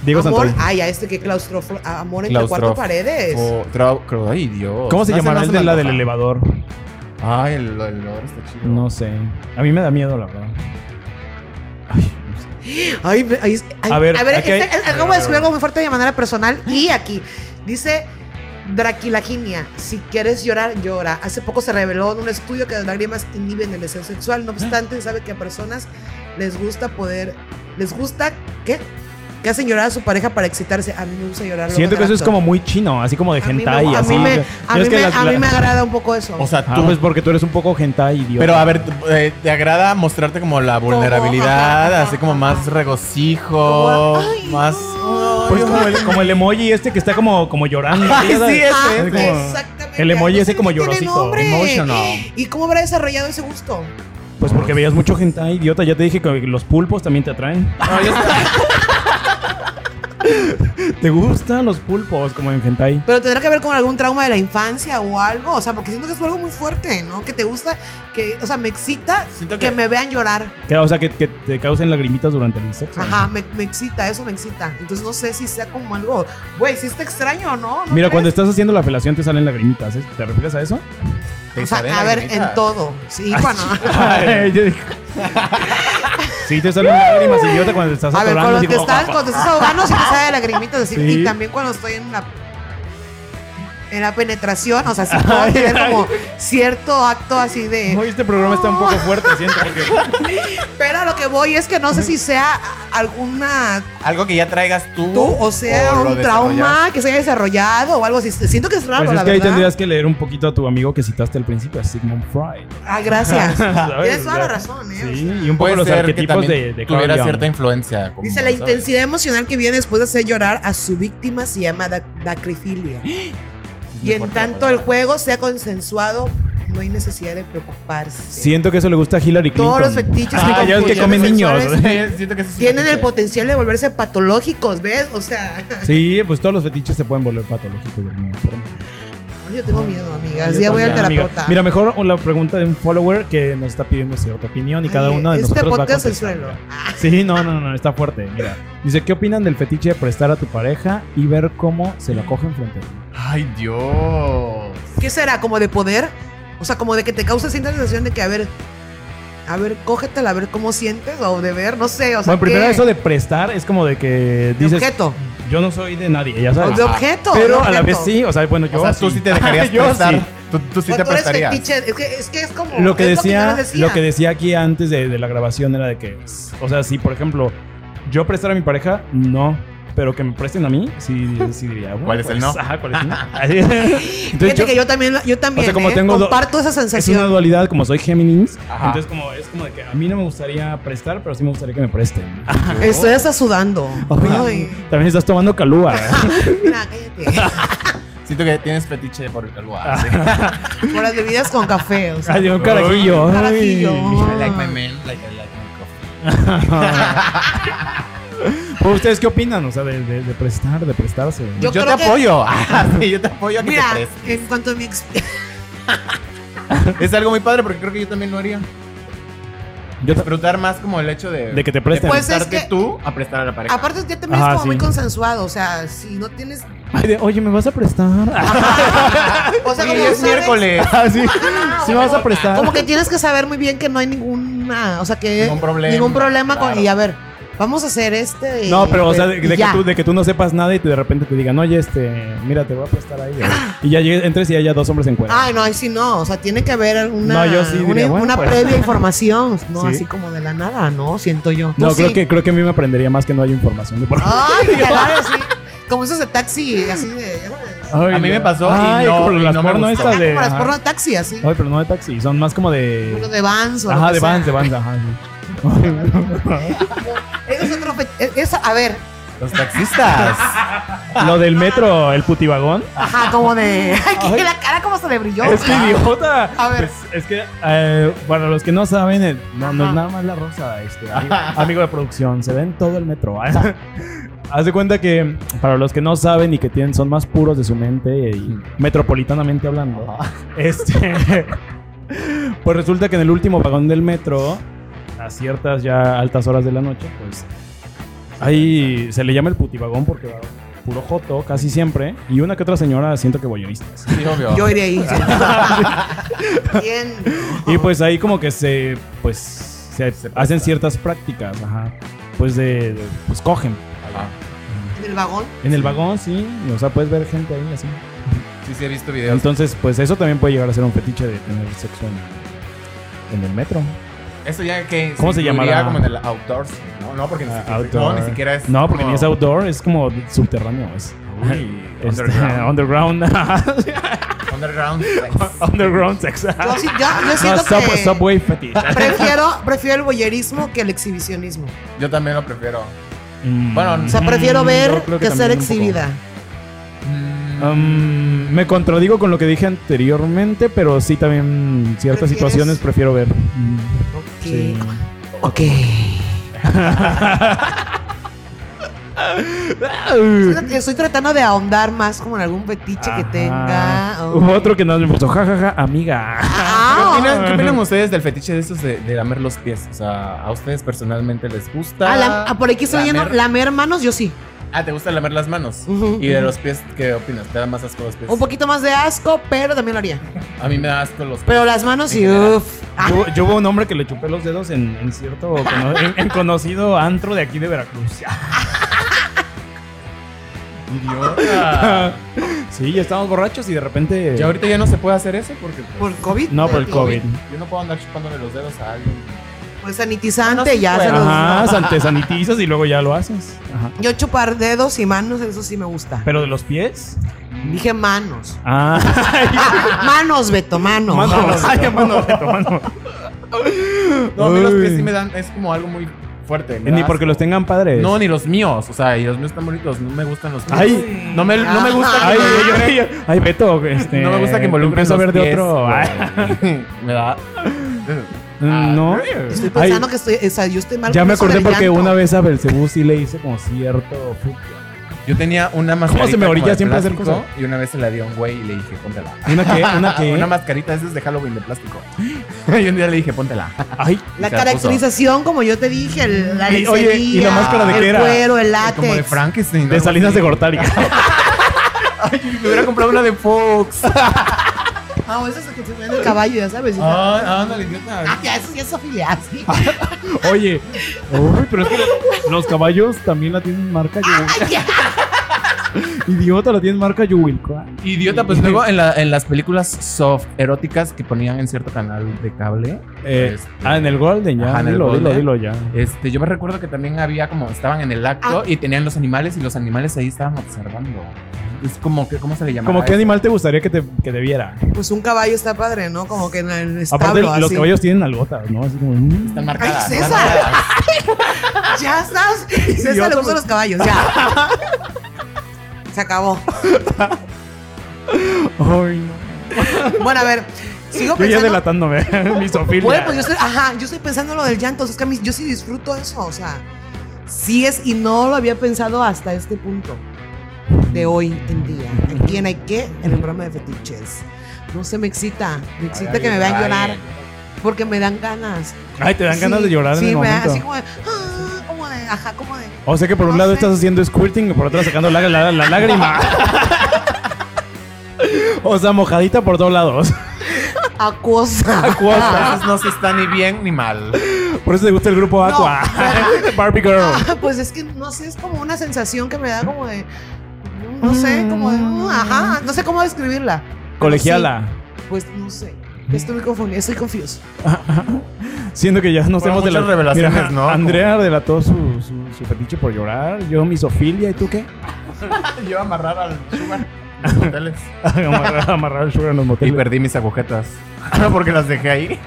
S2: Diego
S3: amor,
S2: Santoy.
S3: ay, a este que claustrofo, a- amor entre cuatro
S4: Claustrof-
S3: paredes.
S4: O tra- cro- ay, Dios.
S2: ¿Cómo se
S4: No,
S2: llamará
S4: no
S2: el
S4: me
S2: de la del
S4: antoja.
S2: elevador?
S4: Ay, el el elevador está chido.
S2: No sé. A mí me da miedo, la verdad.
S3: Ay, ve- ay, es- ay,
S2: A ver, aquí
S3: este-
S2: hay-
S3: acabo de descubrir algo muy fuerte de manera personal y aquí. Dice Draquilaginia, si quieres llorar, llora. Hace poco se reveló en un estudio que las lágrimas inhiben el deseo sexual. No obstante,
S2: Ah.
S3: se sabe que a personas les gusta poder, les gusta, ¿qué? Que hacen llorar a su pareja para excitarse. A mí me gusta llorar. luego
S2: Siento que eso es
S3: tanto.
S2: como muy chino, así como de
S3: A mí me-
S2: hentai.
S3: A
S2: así.
S3: mí me, a
S2: Yo
S3: mí
S2: es que
S3: me-
S2: las-
S3: a mí me
S2: las-
S3: agrada un poco eso.
S4: O sea,
S2: Ah,
S4: tú.
S2: pues porque tú eres un poco hentai, idiota.
S4: pero a ver, t- eh, ¿te agrada mostrarte como la vulnerabilidad?
S3: Como-
S4: así como más regocijo.
S3: Como- ay,
S4: más.
S3: no.
S2: Pues como el, como el emoji este que está como, como llorando.
S4: Ay,
S2: ¿sabes?
S4: sí, ese,
S2: Es
S4: ese.
S2: como-
S3: Ah, Exactamente.
S2: el emoji
S3: Ay, no
S2: ese
S3: sé
S2: como
S3: ni tiene
S2: llorosito,
S3: nombre.
S4: Emotional.
S3: ¿Y cómo habrá desarrollado ese gusto?
S2: Pues porque veías mucho hentai, idiota. Ya te dije que los pulpos también te atraen. ¿Te gustan los pulpos como en hentai?
S3: Pero tendrá que ver con algún trauma de la infancia o algo. O sea, porque siento que es algo muy fuerte, ¿no? Que te gusta, que, o sea, me excita
S4: Siento
S3: que me vean llorar.
S2: Que- O sea, que, que te causen lagrimitas durante el sexo.
S3: Ajá, me, me excita, eso me excita. Entonces no sé si sea como algo, güey, si está extraño, ¿no? ¿No
S2: Mira,
S3: crees?
S2: cuando estás haciendo la felación te salen lagrimitas. ¿eh? ¿Te refieres a eso?
S4: Te
S3: O sea,
S4: salen
S3: a ver, en
S4: lagrimitas.
S3: todo. Sí, bueno.
S2: Ay, yo dije- sí, te salen lágrimas, idiota, cuando te estás
S3: A ver,
S2: atorando.
S3: cuando
S2: así
S3: te
S2: como-
S3: estás, cuando te estás ahogando, sí te sale lagrimitas. Así,
S2: Sí.
S3: Y también cuando estoy en la, en la penetración, o sea, sí puedo tener como cierto acto así de.
S2: Hoy este programa está un poco fuerte, siento. Porque... pues,
S3: Pero a lo que voy es que no sé si sea a- alguna
S4: Algo que ya traigas tú.
S3: tú o sea
S4: o lo
S3: un trauma que se haya desarrollado o algo así. Siento que es raro,
S2: Pues es
S3: la
S2: que ahí
S3: verdad.
S2: tendrías que leer un poquito a tu amigo que citaste al principio, a Sigmund Freud.
S3: Ah, gracias.
S2: ¿Sabes?
S3: Tienes toda
S2: O sea,
S3: la razón, eh.
S2: Sí, y un poco
S4: Puede
S2: los
S4: ser que
S2: arquetipos
S4: también
S2: de, de Carl
S4: tuviera
S2: Jung.
S4: cierta influencia. como,
S3: Dice, la
S4: ¿sabes?
S3: intensidad emocional que viene después de hacer llorar a su víctima se llama da- dacrifilia. Y en
S4: Fuerte
S3: tanto
S4: palabra.
S3: el juego sea consensuado, no hay necesidad de preocuparse.
S2: Siento que eso le gusta a Hillary Clinton.
S3: Todos los fetiches y
S2: Ah, ya ves que
S3: compulsiones
S2: comen niños. ¿eh?
S3: sexuales
S4: Siento que eso es un
S3: Tienen el
S4: fetiche.
S3: potencial de volverse patológicos, ¿ves? O sea,
S2: Sí, pues todos los fetiches se pueden volver patológicos de alguna forma.
S3: yo tengo miedo, amigas.
S2: Yo
S3: Ya voy al
S2: también, amiga.
S3: terapeuta.
S2: Mira, mejor la pregunta de un follower que nos está pidiendo cierta opinión y cada
S3: Ay,
S2: uno de
S3: este
S2: nosotros va a
S3: podcast es
S2: contestar.
S3: suelo.
S2: Sí, no, no, no, está fuerte. Mira, dice, ¿qué opinan del fetiche de prestar a tu pareja y ver cómo se lo cogen frente a ti?
S4: Ay, Dios.
S3: ¿Qué será? ¿Como de poder? O sea, como de que te causa cierta sensación de que, a ver, a ver, cógetela, a ver cómo sientes o de ver, no sé. O sea,
S2: Bueno, primero
S3: ¿qué?
S2: eso de prestar es como de que
S3: De
S2: dices,
S3: objeto.
S2: Yo no soy de nadie, ya
S3: O
S2: sabes.
S3: de objeto.
S2: Pero
S3: de
S2: a la vez
S3: objeto.
S2: sí, o sea, bueno, yo
S4: o sea, tú sí te dejarías
S2: Yo
S4: prestar.
S2: sí.
S4: Tú, tú sí
S3: O
S4: te
S3: tú eres
S4: prestarías.
S3: fetiche, Es que, es que es como.
S2: Lo que
S3: es yo
S2: decía,
S3: les
S2: lo que decía aquí antes de, de la grabación era de que, o sea, si por ejemplo yo prestar a mi pareja, no. Pero que me presten a mí, sí, sí diría. bueno, pues,
S4: ¿Cuál es el no?
S2: Ajá, ¿cuál es el no? Así- Entonces,
S3: Fíjate
S2: yo-
S3: que yo también, yo también
S2: como
S3: ¿eh?
S2: tengo do-
S3: comparto esa
S2: es una
S3: sensación.
S2: dualidad, como soy Géminis.
S4: Ajá.
S2: Entonces, como, es como de que a mí no me gustaría prestar, pero sí me gustaría que me presten.
S3: Estoy hasta sudando. Ay,
S2: También estás tomando calúa.
S3: mira, cállate.
S4: Siento que tienes fetiche por el lugar. sí.
S3: Por las bebidas con café. O sea.
S2: Ay, un carajillo. ay.
S3: Carajillo.
S4: I like my man, like I like my coffee.
S2: Pues, ¿Ustedes qué opinan? O sea, de, de- de prestar, de prestarse.
S3: Yo
S4: Yo,
S3: creo
S4: te
S3: que-
S4: apoyo. Ah, Sí, yo te apoyo a que
S3: Mira,
S4: te prestes.
S3: en cuanto a mi ex-
S4: Es algo muy padre porque creo que yo también lo haría.
S2: Yo ta-
S4: Disfrutar más como el hecho de,
S2: de que te presten.
S3: Pues- es
S4: prestarte
S3: que-
S4: tú a prestar a la pareja.
S3: Aparte es que también
S2: Ajá,
S3: es como muy
S2: sí.
S3: consensuado. O sea, si no tienes.
S2: Ay, de, Oye, ¿me vas a prestar?
S3: O sea, como
S4: Oye, es
S3: sabes-
S4: miércoles.
S2: Ah, sí. Sí me vas a prestar.
S3: Como que tienes que saber muy bien que no hay ninguna. O sea, que.
S4: Ningún problema,
S3: Ningún problema con.
S4: claro.
S3: Y a ver, vamos a hacer este. y-
S2: No, pero o sea, de,
S3: y
S2: de que
S3: ya.
S2: tú, de que tú no sepas nada y te- de repente te digan, oye, este, mira, te voy a prestar a ella. Y ya llegues, entres y haya dos hombres en cuerda.
S3: Ay, no, ahí sí no. O sea, tiene que haber una,
S2: No, yo sí
S3: una,
S2: diría, bueno,
S3: una
S2: pues.
S3: previa información, ¿no?
S2: Sí.
S3: Así como de la nada, ¿no? Siento yo.
S2: No, creo
S3: Tú pues sí.
S2: que creo que a mí me aprendería más que no haya información de por
S3: Ay, claro, sí. Como esos de taxi, así de. ya sabes.
S2: Ay,
S4: A mí
S2: ya.
S4: me pasó y
S2: Ay,
S4: no-
S2: como
S4: y
S2: las
S4: no me
S2: porno
S4: gustó.
S2: estas de.
S3: Como las
S2: ajá.
S3: porno de taxi, así.
S2: Ay, pero no de taxi, son más como
S3: Lo
S2: de.
S3: de Vans o lo
S2: Ajá,
S3: que
S2: de
S3: sea.
S2: Vans, de Vans, ajá.
S3: Ese es otro fe- e- esa- a ver,
S4: Los taxistas.
S2: sí. Lo del metro, el putivagón.
S3: ajá, como de. Ay, que
S2: Ay.
S3: la cara como se le brilló.
S2: Es que idiota.
S3: A ver.
S2: Pues, es que, eh, para los que no saben, el- no, no es
S3: Ajá.
S2: nada más la rosa, este, ami- amigo de producción, se ve en todo el metro. Haz de cuenta que, para los que no saben y que tienen, son más puros de su mente, y
S4: Ujú.
S2: metropolitanamente hablando, este, pues resulta que en el último vagón del metro, a ciertas ya altas horas de la noche, pues ahí se le llama el putivagón porque va puro joto casi siempre, y una que otra señora siento que voyeristas.
S4: Sí, obvio.
S3: Yo iré ahí. Bien.
S2: Y pues ahí como que se, pues, se,
S4: Se
S2: hacen
S4: presta.
S2: ciertas prácticas, ajá. Pues de, de- pues cogen.
S4: Ajá.
S3: En el vagón.
S2: En el vagón, sí, o sea, puedes ver gente ahí así.
S4: Sí, sí, he visto videos.
S2: Entonces, pues eso también puede llegar a ser un fetiche de tener sexo en, en el metro.
S4: Eso ya que.
S2: ¿Cómo se
S4: incluiría
S2: llamará?
S4: como en el outdoors. No, no, porque ni,
S2: Ah,
S4: siquiera,
S2: outdoor.
S4: no, ni siquiera es.
S2: No, porque
S4: como-
S2: ni es outdoor, es como subterráneo, es.
S4: Uy,
S2: Este,
S4: underground.
S2: underground.
S4: Underground. sex.
S2: underground sex.
S3: Yo, sí- yo, yo
S2: Ah. No,
S3: siento
S2: sub-
S3: que.
S2: subway fetiche.
S3: Prefiero, prefiero el boyerismo que el exhibicionismo.
S4: Yo también lo prefiero.
S2: Mm,
S4: Bueno,
S3: O sea, prefiero
S2: mm,
S3: ver
S2: yo creo
S3: que, ser
S2: también un poco.
S3: exhibida.
S4: Mm,
S2: Um, me contradigo con lo que dije anteriormente, pero sí también ciertas
S3: ¿Prefieres?
S2: situaciones prefiero ver. Mm,
S3: Ok.
S2: sí.
S3: Ok. Estoy- Estoy tratando de ahondar más como en algún fetiche que
S2: Ajá.
S3: tenga.
S2: Hubo Otro que nos puso, jajaja, amiga.
S4: ¿Qué
S3: Ah,
S4: opinan, qué opinan ustedes del fetiche de estos de, de lamer los pies? O sea, ¿a ustedes personalmente les gusta?
S3: ah, la- ah, por aquí estoy oyendo
S4: lamer-
S3: lamer hermanos, yo sí.
S4: Ah, ¿te gusta lamer las manos?
S3: Ujú.
S4: ¿Y de los pies qué opinas? ¿Te da más asco los pies?
S3: Un poquito más de asco, pero también lo haría.
S4: A mí me da asco los pies.
S3: Pero las manos
S4: En
S3: y
S4: general.
S3: uff. Ah,
S2: Yo, yo hubo un hombre que le chupé los dedos en, en cierto cono- en, en conocido antro de aquí de Veracruz.
S4: Idiota.
S2: Sí, ya estábamos borrachos y de repente.
S4: Y ahorita ya no se puede hacer eso porque pues,
S3: por COVID.
S2: No, por el COVID.
S4: yo no puedo andar chupándole los dedos a alguien.
S3: Pues sanitizante,
S4: No, sí
S3: ya se
S4: puede.
S3: los-
S2: Ajá, san- te sanitizas y luego ya lo haces. Ajá.
S3: Yo chupar dedos y manos, eso sí me gusta.
S2: Pero de los pies.
S3: Dije manos.
S2: Ah.
S3: manos, Beto, manos.
S2: Manos, ay, manos, manos.
S4: No, a mí los
S2: Uy.
S4: pies sí me dan, es como algo muy fuerte. me
S2: Ni
S4: da
S2: porque
S4: asco.
S2: los tengan padres.
S4: No, ni los míos. O sea, y los míos están bonitos. No me gustan los míos.
S2: Ay.
S4: no me, no me gusta.
S2: Ay,
S4: que-
S2: ay, ay, ay, ay, Beto, este,
S4: no me gusta que involucren
S2: empiezo
S4: los
S2: a ver de
S4: pies,
S2: otro.
S4: güey.
S2: Ay,
S4: me da. Ah,
S2: Mm, no.
S3: Estoy pensando
S2: Ay,
S3: que estoy, o sea, yo estoy mal.
S2: ya
S3: con
S2: me
S3: eso
S2: acordé
S3: del
S2: porque
S3: llanto.
S2: una vez a Belcebú sí le hice como cierto fútbol.
S4: Yo tenía una mascarita.
S2: se me
S4: como
S2: orilla
S4: de
S2: siempre hacer
S4: plástico,
S2: cosas?
S4: Y una vez se la dio a un güey y le dije, póntela.
S2: Una que, una que.
S4: Una mascarita, esa es de Halloween de plástico. y un día le dije, póntela.
S2: Ay,
S4: Y
S3: La
S4: se la
S3: caracterización, como yo te dije, el- la
S2: Y, oye, ¿y la
S3: lencería,
S2: máscara de
S3: el
S2: qué era?
S3: cuero, el látex.
S4: Como de Frankenstein.
S2: de
S4: algo
S2: Salinas
S4: así.
S2: de Gortari.
S4: Me hubiera comprado una de Fox.
S3: Ah, o esas que se ponen el caballo, ya sabes. Ah,
S4: Ah, ándale, idiota.
S3: ya, eso ya es ofilia, sí.
S2: Oye, uy, pero es que los caballos también la tienen marca. yo-
S3: Ay, ya.
S2: Idiota, lo tienes marca Yuwilco. Ah,
S4: Idiota, pues luego en, la- en las películas soft eróticas que ponían en cierto canal de cable.
S2: Eh,
S4: este,
S2: ah, en el Golden ya.
S4: Ajá, en el
S2: dilo, dilo,
S4: Golden.
S2: dilo ya.
S4: Este, yo me recuerdo que también había como estaban en el acto
S3: Ah.
S4: y tenían los animales y los animales ahí estaban observando. Es como que, ¿cómo se le llama?
S2: Como qué animal te gustaría que te, que te viera.
S3: Pues un caballo está padre, ¿no? Como que en el
S2: Aparte,
S3: establo
S2: los
S3: así.
S2: caballos tienen algotas, ¿no? Así como. mm.
S4: Están marcadas.
S3: ¡Ay,
S4: están
S3: César!
S4: marcadas.
S3: Ya estás.
S2: Idiota,
S3: César le
S2: pues.
S3: gustan los caballos, ya. Se acabó.
S2: Ay, no.
S3: Bueno, a ver,
S2: Yo
S3: sigo
S2: ya
S3: pensando.
S2: delatándome. Misofilia.
S3: Bueno, pues yo estoy, ajá, yo estoy pensando en lo del llanto. o sea, Es que a mí, yo sí disfruto eso, o sea, sí es, y no lo había pensado hasta este punto de hoy en día. Aquí en Hay que, en el programa de fetiches. No sé, me excita, me
S4: Ah,
S3: excita que me vean
S4: Ay,
S3: llorar, porque me dan ganas.
S2: Ay, te dan
S3: Sí,
S2: ganas de llorar
S3: sí,
S2: en el
S3: me dan
S2: momento.
S3: así como de, ah, como de, ajá, como de.
S2: O sea que por un
S3: No
S2: lado
S3: sé.
S2: estás haciendo squirting y por otro sacando la, la- la lágrima. o sea, mojadita por todos lados.
S3: Acuosa.
S2: Ah,
S4: A veces no se está ni bien ni mal.
S2: Por eso te gusta el grupo Aqua. Barbie Girl.
S3: Ah, pues es que no sé, es como una sensación que me da como de. No sé, como de.
S2: Mm.
S3: uh, ajá, no sé cómo describirla. pero
S2: Colegiala.
S3: sí, pues no sé.
S2: Mm.
S3: Estoy confundida, estoy confuso.
S2: Siento que ya nos
S4: Fueron
S2: hemos de
S4: muchas revelaciones, ¿no?
S2: Andrea delató su, su, su fetiche por llorar. Yo misofilia. ¿Y tú qué?
S4: Yo amarrar al sugar. en los hoteles.
S2: Amarrar, amarrar el sugar en los
S4: Y
S2: moteles.
S4: perdí mis agujetas. No, porque las dejé ahí.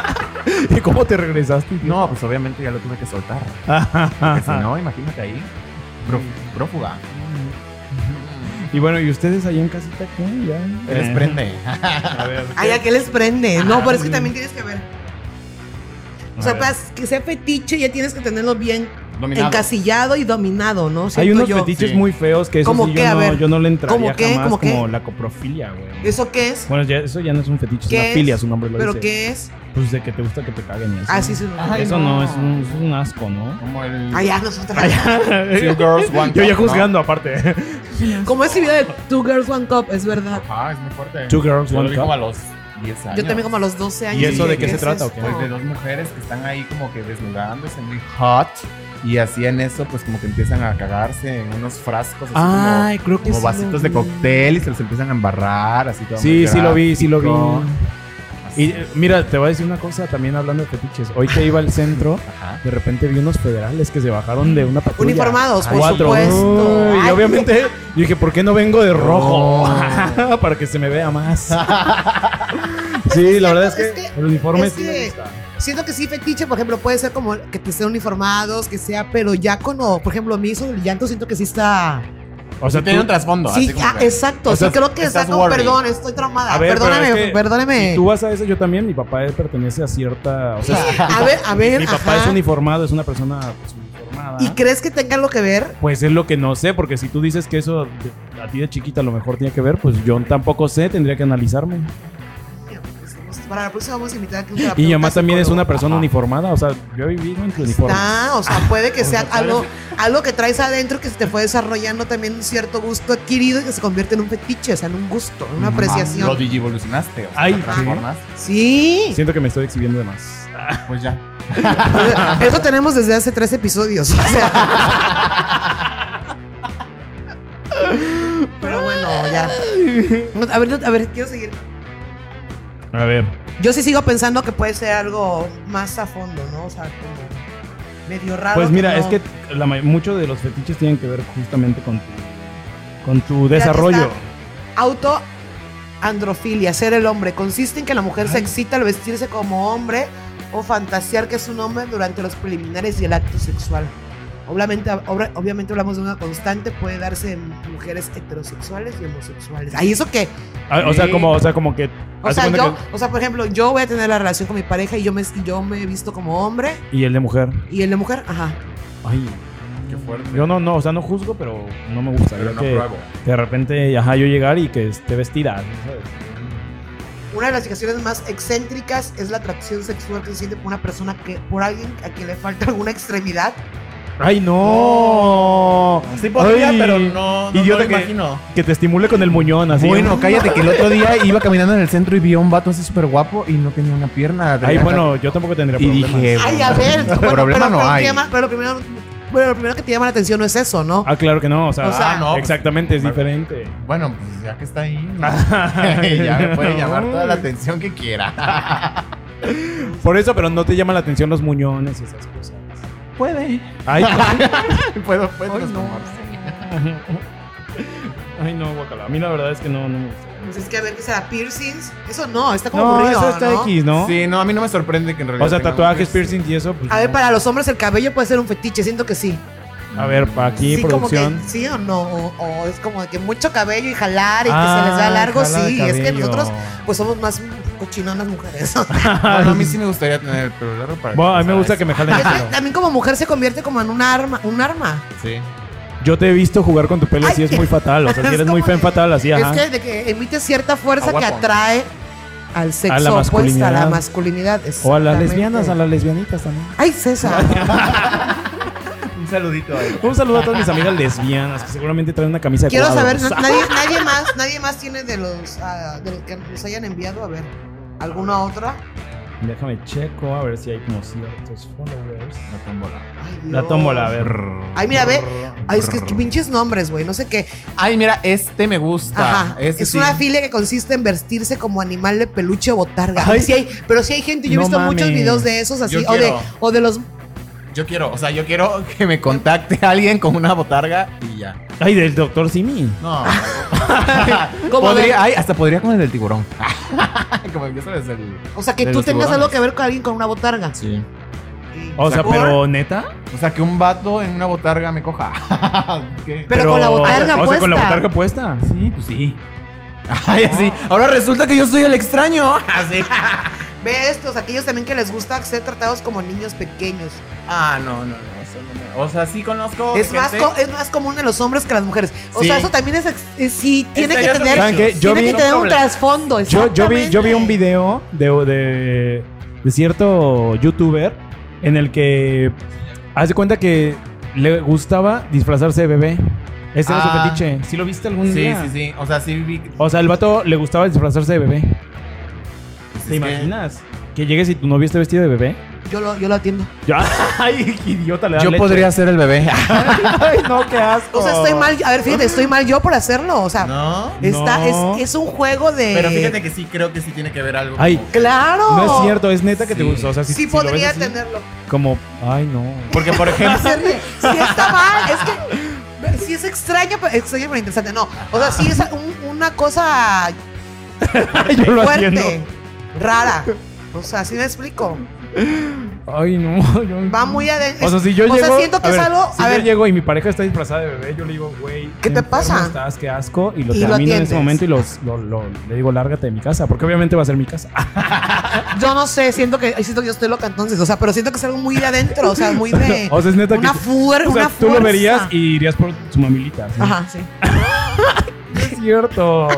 S2: ¿Y cómo te regresaste?
S4: No, pues obviamente ya lo tuve que soltar. Porque si no, imagínate ahí. pró- Prófuga.
S2: y bueno, ¿y ustedes allá en casita qué? Ya. Eh,
S4: Te Desprende.
S2: A ver,
S3: Ay, ¿a qué les prende? No,
S2: Ah,
S3: pero es que
S2: mm.
S3: también tienes que ver.
S2: A
S3: O sea,
S2: ver.
S3: para que sea fetiche ya tienes que tenerlo bien
S4: Dominado.
S3: encasillado y dominado, ¿no?
S2: Hay
S3: Siento
S2: unos
S3: yo.
S2: fetiches
S4: Sí.
S2: muy feos que eso
S3: ¿Cómo
S2: sí
S3: qué?
S2: yo,
S3: A
S2: no,
S3: ver.
S2: yo no le entraría
S3: ¿Cómo qué?
S2: jamás
S3: ¿Cómo qué?
S2: como la coprofilia, güey.
S3: ¿Eso qué es?
S2: Bueno, ya- eso ya no es un fetiche,
S3: ¿Qué
S2: es una
S3: es?
S2: filia, su nombre lo
S3: ¿Pero
S2: dice.
S3: qué es?
S2: Pues de que te gusta que te caguen y así.
S3: Ah, sí, sí. no.
S4: Ay,
S2: Eso no,
S4: no.
S2: es, un, es un asco, ¿no?
S4: Como el.
S3: Ay, ya, nosotras.
S4: Two girls, one
S2: Yo ya
S4: cup, ¿no?
S2: juzgando, aparte.
S3: Como ese video de Two Girls, One Cup, es verdad.
S4: Ajá, es muy fuerte.
S2: Two girls,
S4: Yo lo
S2: one
S4: vi
S2: cup.
S4: como a los 10 años.
S3: Yo también como a los 12 años.
S2: ¿Y eso
S3: dije,
S2: de qué se
S3: es
S2: trata o
S3: esto?
S2: qué?
S4: Pues de dos mujeres que están ahí como que desnudándose muy hot. Y así en eso, pues como que empiezan a cagarse en unos frascos. Así
S2: Ay, creo
S4: como,
S2: que
S4: como
S2: sí lo
S4: vasitos de
S2: vi.
S4: cóctel y se los empiezan a embarrar. Así todo
S2: Sí,
S4: muy
S2: sí lo vi, sí lo
S4: gráfico.
S2: vi.
S4: Así.
S2: Y eh, mira, te voy a decir una cosa también hablando de fetiches. Hoy que iba al centro,
S4: Ajá.
S2: de repente vi unos federales que se bajaron de una patrulla.
S3: Uniformados, por
S2: Cuatro.
S3: supuesto.
S2: Uy, y
S3: Ay,
S2: obviamente yo dije, ¿por qué no vengo de rojo?
S4: Oh.
S2: Para que se me vea más. sí, la verdad es que,
S3: es que-
S2: el uniforme
S3: es
S2: sí me
S3: que-
S2: gusta.
S3: Siento que sí, fetiche, por ejemplo, puede ser como que te sean uniformados, que sea, pero ya con, o, por ejemplo, a mí eso del llanto siento que sí está...
S2: O sea,
S4: Sí tiene
S2: tú-
S4: un trasfondo.
S3: sí,
S4: así como
S3: ah,
S4: que-
S3: exacto,
S4: O sea,
S3: sí, creo que
S4: estás
S3: está como,
S4: worried.
S3: perdón, estoy traumada,
S2: A ver, pero
S3: perdóname,
S2: es que
S3: perdóname.
S2: si tú vas a eso, yo también. Mi papá él pertenece a cierta. O sea,
S3: a ver, a ver,
S2: mi papá
S3: ajá.
S2: es uniformado, es una persona pues, uniformada.
S3: ¿Y crees que tenga lo que ver?
S2: Pues es lo que no sé, porque si tú dices que eso de- a ti de chiquita a lo mejor tiene que ver, pues yo tampoco sé, tendría que analizarme.
S3: Para la próxima vamos a invitar a que un
S2: Y mi mamá
S3: terapeuta
S2: también es
S3: psicólogo.
S2: una persona uniformada, o sea, yo he vivido entre uniformes.
S3: Está, o sea, puede que sea
S4: sea,
S3: algo, algo que traes adentro que se te fue desarrollando también un cierto gusto adquirido y que se convierte en un fetiche, o sea, en un gusto, en una
S4: "Ah, Lo
S3: apreciación.
S4: digivolucionaste. O sea,
S2: Ay,
S4: lo transformaste.
S3: Sí.
S2: Siento que me estoy exhibiendo de más.
S4: Pues ya.
S3: Pues, Eso tenemos desde hace tres episodios. o sea. Pero bueno, ya. No, A ver, no, a ver, quiero seguir.
S2: A ver.
S3: Yo sí sigo pensando que puede ser algo más a fondo, ¿no? O sea, como medio raro.
S2: Pues mira,
S3: no-
S2: es que la ma- muchos de los fetiches tienen que ver justamente con tu, con tu desarrollo.
S3: Auto androfilia, ser el hombre, consiste en que la mujer se excita al vestirse como hombre o fantasear que es un hombre durante los preliminares y el acto sexual. Obviamente, obra- obviamente hablamos de una constante, puede darse en mujeres heterosexuales y homosexuales. ¿Ahí eso qué?
S2: Ah, O sea,
S4: Sí.
S2: como, o sea, como que.
S3: O
S2: haz de
S3: sea,
S2: cuenta
S3: yo, o sea, por ejemplo, yo voy a tener la relación con mi pareja y yo me, y yo me he visto como hombre
S2: que- y el de mujer.
S3: y el de mujer, ajá.
S2: Ay.
S4: Qué fuerte.
S2: Yo no, no, o sea, no juzgo, pero no me gustaría
S4: Pero no
S2: que,
S4: pruebo.
S2: que de repente, ajá, yo llegar y que esté vestida, ¿sabes?
S3: Una de las situaciones más excéntricas es la atracción sexual que se siente por una persona que, por alguien a quien le falta alguna extremidad.
S2: ¡Ay, no!
S4: Sí podría,
S2: Ay,
S4: pero no, no,
S2: idiota
S4: no
S2: que-
S4: lo imagino.
S2: Que te estimule con el muñón, así.
S4: Bueno, cállate que el otro día iba caminando en el centro y vi a un vato así súper guapo y no tenía una pierna.
S2: Ay,
S4: Tenía-
S2: bueno, yo tampoco tendría
S4: Y
S2: problemas.
S4: dije,
S3: Ay, a ver, bueno,
S4: Problema
S3: pero,
S4: no
S3: pero
S4: hay.
S3: ¿qué más? Pero primero, Bueno, lo primero que te llama la atención no es eso, ¿no?
S2: Ah, claro que no, o sea,
S3: O sea,
S2: ah,
S4: no, pues,
S2: exactamente, es diferente.
S4: Bueno, pues ya que está ahí, ya me puede llamar toda la atención que quiera.
S2: Por eso, pero no te llaman la atención los muñones y esas cosas.
S4: Puede.
S2: Ay,
S4: Puedo, puedo
S2: Ay, no.
S4: transformarse.
S2: Ay, no, guacala. A mí la verdad es que no, no me gusta.
S3: Pues es que a ver qué será piercings. Eso no, está como
S2: No,
S3: aburrido,
S2: eso está
S3: ¿no?
S2: X, ¿no?
S4: Sí, no, a mí no me sorprende que en realidad.
S2: O sea,
S4: tengamos
S2: tatuajes,
S4: piercing.
S2: piercings y eso. Pues,
S3: A ver,
S2: no.
S3: para los hombres el cabello puede ser un fetiche, siento que sí.
S2: A ver, pa- aquí
S3: sí,
S2: producción.
S3: como que sí o no, o, o es como de que mucho cabello y jalar y que se les
S2: Ah,
S3: da largo,
S2: jala
S3: sí,
S2: de
S3: es que
S2: cabello.
S3: nosotros pues somos más cochinonas mujeres.
S4: Bueno, a mí sí me gustaría tener el pelo largo para.
S2: Bueno, a mí me
S4: pasara
S2: gusta
S4: eso.
S2: que me jalen el pelo.
S3: También como mujer se convierte como en un arma, un arma.
S4: Sí.
S2: Yo te he visto jugar con tu pelo y sí es muy fatal. O sea, si
S3: Es
S2: eres muy
S3: como
S2: fan fatal, así, ajá.
S3: Es que, de que emite cierta fuerza que
S4: Agua con-
S3: atrae al sexo opuesto, a la
S2: masculinidad.
S3: masculinidad.
S2: O a las
S3: exactamente.
S2: lesbianas, a las lesbianitas también.
S3: Ay, César.
S4: Un saludito. ahí.
S2: Un saludo a todas mis amigas lesbianas que seguramente traen una camisa de
S3: Quiero saber,
S2: cuadros.
S3: na- nadie, nadie más, nadie más tiene de los, ah, de los que nos hayan enviado, a ver, alguna otra.
S2: Déjame checo a ver si hay como ciertos followers.
S4: La tómbola.
S3: Ay,
S2: La
S3: Dios.
S2: tómbola, a ver.
S3: Ay, mira, ve. Ay, es que qué pinches nombres, güey, no sé qué.
S4: Ay, mira, este me gusta.
S3: Ajá.
S4: Este
S3: es
S4: sí.
S3: una fila que consiste en vestirse como animal de peluche o botarga.
S2: Ay.
S3: Sí hay- pero sí hay gente, yo he
S2: No
S3: visto muchos
S2: mames.
S3: videos de esos así,
S4: Yo
S3: o de,
S4: quiero.
S3: o de los
S4: Yo quiero, o sea, yo quiero que me contacte alguien con una botarga y ya.
S2: Ay, del doctor Simi.
S4: No.
S3: Como
S4: Podría-
S3: de-
S4: ay, hasta podría con el del tiburón. Como empieza desde el.
S3: O sea, que
S4: De
S3: tú
S4: los
S3: tengas
S4: tiburones.
S3: algo que ver con alguien con una botarga.
S4: Sí.
S2: O sea,
S4: ¿Por?
S2: pero neta.
S4: O sea, que un vato en una botarga me coja. ¿Qué?
S3: Pero con la botarga
S2: O sea, con la
S3: puesta.
S2: botarga puesta.
S4: Sí, pues sí. Ay, así. Ahora resulta que yo soy el extraño. Así.
S3: Ve estos, aquellos también que les gusta ser tratados como niños pequeños.
S4: Ah, no, no, no. eso no me- O sea, sí conozco.
S3: Es más,
S4: gente-
S3: co- es más común en los hombres que en las mujeres. O
S4: Sí.
S3: sea, eso también es, ex- es- sí tiene
S4: Este
S3: que
S4: ya son
S3: tener,
S2: ¿Saben qué? Yo
S3: tiene
S2: vi-
S3: que tener un
S4: problema.
S3: trasfondo.
S2: Yo, yo, vi, yo vi un
S3: exactamente.
S2: video de, de, de cierto youtuber en el que hace cuenta que le gustaba disfrazarse de bebé. Ese
S4: Ah.
S2: era su fetiche. ¿Sí lo viste algún
S4: Sí,
S2: día?
S4: sí, sí. O sea, sí vi.
S2: O sea, el vato le gustaba disfrazarse de bebé.
S4: Es
S2: ¿Te
S4: que-
S2: imaginas? Que llegues y tu novio esté vestido de bebé.
S3: Yo lo, yo lo atiendo.
S2: Ya. Ay, qué idiota le da
S4: Yo
S2: leche.
S4: podría ser el bebé.
S2: Ay, no, qué asco.
S3: O sea, estoy mal. A ver, fíjate, estoy mal yo por hacerlo. O sea,
S4: No.
S3: está,
S2: No.
S3: es, es un juego de.
S4: Pero fíjate que sí creo que sí tiene que ver algo.
S2: Ay.
S4: como-
S3: Claro.
S2: No es cierto, es neta que te
S4: Sí.
S2: gusta. O sea, si,
S3: Sí,
S2: si lo ves
S3: podría
S2: así,
S3: tenerlo.
S2: Como, ay, no.
S4: Porque, por ejemplo.
S3: Si está mal, es que. Si es extraño, pero, extraño, pero interesante. No. O sea, sí es un- una cosa
S2: Yo lo atiendo.
S3: fuerte, rara. O sea, así me explico.
S2: Ay, no. yo-
S3: Va muy adentro.
S2: O sea, si yo
S3: o sea,
S2: llego.
S3: siento que
S2: a
S3: es
S2: ver,
S3: algo-
S2: Si
S3: a
S2: yo
S3: ver.
S2: llego y mi pareja está disfrazada de bebé, yo le digo, güey.
S3: ¿Qué te
S2: enfermo
S3: pasa?
S2: Estás, qué asco. Y lo
S3: Y lo
S2: termino en ese
S3: atiendes.
S2: momento y los, lo- lo- le digo, lárgate de mi casa. Porque obviamente va a ser mi casa.
S3: yo no sé, siento que, ay, siento que yo estoy loca entonces. O sea, pero siento que es algo muy de adentro. O sea, muy de.
S2: o sea, es neta
S3: una,
S2: que.
S3: fuer-
S2: o sea,
S3: una
S2: tú
S3: fuerza.
S2: lo verías y irías por su mamilita. ¿sí?
S3: Ajá, sí.
S2: Es cierto.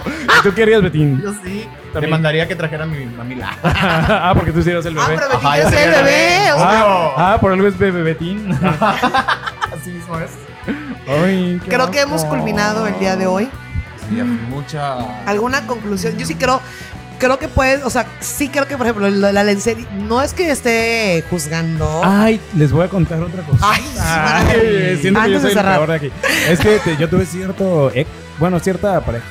S2: ¿Tú querías, Betín?
S4: Yo sí. Te
S2: También.
S4: mandaría que trajera mi mamila.
S2: ah, porque tú sí eras el
S3: Ah,
S2: bebé.
S3: pero Betín
S4: Ajá,
S3: es
S4: yo soy
S3: el
S4: el
S3: bebé.
S4: bebé.
S3: o sea,
S2: Ah,
S4: obvio.
S2: ah, por algo es bebé Betín.
S4: Así mismo es.
S2: Ay, qué
S3: Creo que hemos
S2: asco.
S3: culminado el día de hoy.
S4: Sí, ya mucha.
S3: alguna conclusión. Yo sí creo, creo que puedes, o sea, sí creo que, por ejemplo, la, la lencería, no es que esté juzgando.
S2: Ay, les voy a contar otra cosa.
S3: Ay,
S2: Ah, Ay, siento que yo soy
S3: antes de
S2: el
S3: cerrar.
S2: peor de aquí. Es que te- yo tuve cierto, ex- bueno, cierta pareja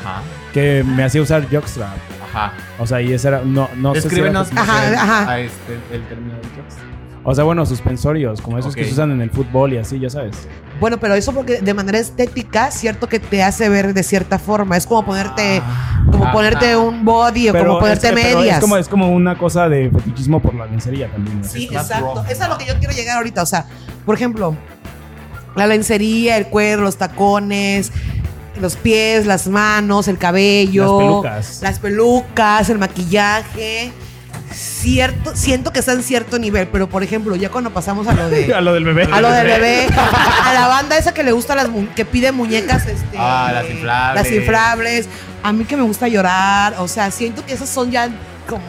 S4: Ajá.
S2: que me hacía usar jockstrap.
S4: Ajá.
S2: O sea, y esa era, no, no sé si era-
S4: Descríbenos
S3: Ajá,
S4: el-
S3: ajá.
S4: a este, el término de jokes.
S2: o sea, bueno, suspensorios, como esos
S4: Ok.
S2: que se usan en el fútbol y así, ya sabes.
S3: Bueno, pero eso porque de manera estética, cierto que te hace ver de cierta forma. Es como
S4: Este,
S3: ponerte, como
S4: Ajá.
S3: ponerte un body o como ponerte
S2: es, que- Ah. pero
S3: medias.
S2: es como, es como una cosa de fetichismo por la lencería también. ¿no?
S3: Sí,
S4: Es más
S3: exacto.
S4: raw.
S3: Eso es a lo que yo quiero llegar ahorita. O sea, por ejemplo, la lencería, el cuero, los tacones, los pies, las manos, el
S2: Las
S3: cabello.
S2: pelucas.
S3: las pelucas, el maquillaje. Cierto, siento que está en cierto nivel, pero por ejemplo, ya cuando pasamos a lo
S2: a
S3: de
S2: lo del bebé.
S3: a lo del bebé, a la banda esa que le gusta las mu- que pide muñecas este
S4: Ah, las inflables.
S3: las inflables, a mí que me gusta llorar, o sea, siento que esas son ya como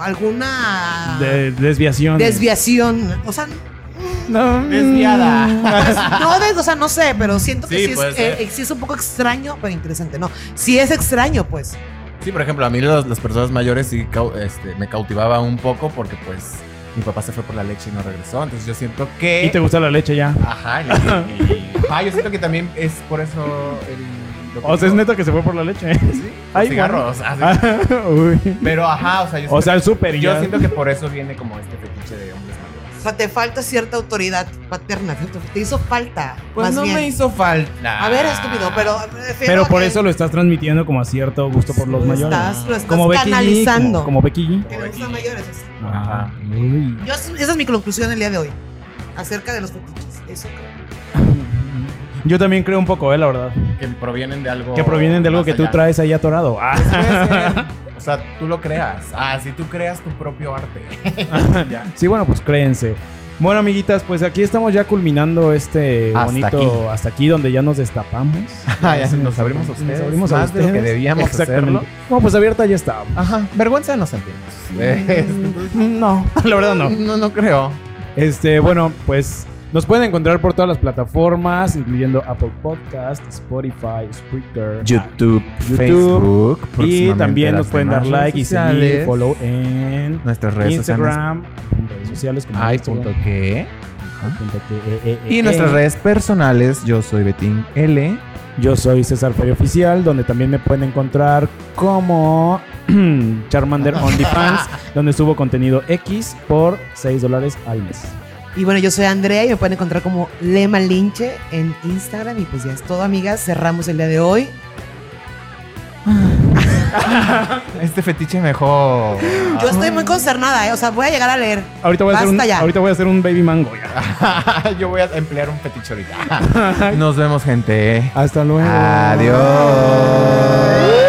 S3: alguna
S2: De desviación.
S3: desviación, o sea,
S2: No.
S4: Desviada.
S3: pues, no, de- o sea, no sé, pero siento que
S4: Sí,
S3: sí,
S4: puede
S3: es, eh,
S4: ser.
S3: sí es un poco extraño, pero interesante, no. Sí es extraño, pues.
S4: Sí, por ejemplo, a mí los- las personas mayores sí cau- este, me cautivaba un poco porque pues mi papá se fue por la leche y no regresó. Entonces yo siento que...
S2: Y te gusta la leche ya.
S4: Ajá. y- y- ajá, yo siento que también es por eso el... lo que
S2: O sea, es
S4: digo.
S2: neta que se fue por la leche.
S4: Sí,
S2: Ay,
S4: cigarros. así.
S2: Uy.
S4: Pero ajá, o sea, yo
S2: O
S4: siento-
S2: sea, el súper
S4: yo
S2: ya.
S4: siento que por eso viene como este fetiche de hombres
S3: O
S4: mayores.
S3: sea, te falta cierta autoridad paterna. Te, te hizo falta.
S4: Pues
S3: más
S4: no
S3: bien.
S4: me hizo falta.
S3: A ver, estúpido, pero. me refiero
S2: Pero
S3: a
S2: por
S3: que
S2: eso lo estás transmitiendo como a cierto gusto por los
S3: lo
S2: mayores.
S3: Estás, lo estás
S2: Como Becky G.
S3: canalizando.
S2: Como, como Becky G.
S3: Que le gustan mayores. o sea.
S4: Ajá.
S2: Uy.
S3: Yo, esa es mi conclusión el día de hoy. Acerca de los fetiches. Eso creo.
S2: Yo también creo un poco, eh, la verdad.
S4: Que provienen de algo.
S2: que provienen de algo
S4: Oh, más
S2: que tú
S4: allá.
S2: traes ahí atorado. Ah,
S4: Pues puede ser. O sea, tú lo creas. Ah, si tú creas tu propio arte.
S2: ya. Sí, bueno, pues créense. Bueno, amiguitas, pues aquí estamos ya culminando este
S4: Hasta
S2: bonito hasta aquí donde ya nos destapamos.
S4: Ya nos abrimos a ustedes.
S2: Nos abrimos a
S4: más de lo que
S2: ustedes.
S4: debíamos
S2: Exactamente.
S4: hacerlo.
S2: No, pues abierta ya está.
S4: Ajá. Vergüenza no sentimos.
S2: No, la verdad no.
S4: No, no creo.
S2: Este, bueno, pues nos pueden encontrar por todas las plataformas, incluyendo Apple Podcast, Spotify, Spreaker,
S4: YouTube,
S2: Facebook,
S4: Facebook.
S2: y también nos
S4: las
S2: pueden dar
S4: demás
S2: like y
S4: redes
S2: seguir,
S4: sociales,
S2: follow en
S4: Nuestras redes
S2: Instagram, redes sociales como
S4: sociales.
S2: Instagram,
S4: Ay.que.
S2: punto T, E, E, E,
S4: Y nuestras
S2: E.
S4: redes personales, yo soy Betín L.
S2: Yo soy César Ferio Oficial, donde también me pueden encontrar como Charmander OnlyFans, donde subo contenido X por 6 dólares al mes.
S3: Y bueno, yo soy Andrea y me pueden encontrar como Lema Linche en Instagram. Y pues ya es todo, amigas. Cerramos el día de hoy.
S4: Este fetiche mejor.
S3: Yo estoy muy concernada, ¿eh? O sea, voy a llegar a leer.
S2: Ah. Ahorita voy a, hacer
S3: Basta
S2: un,
S3: ya.
S2: ahorita voy a hacer un baby mango ya.
S4: Yo voy a emplear un fetiche ahorita. Nos vemos, gente.
S2: Hasta luego.
S4: Adiós.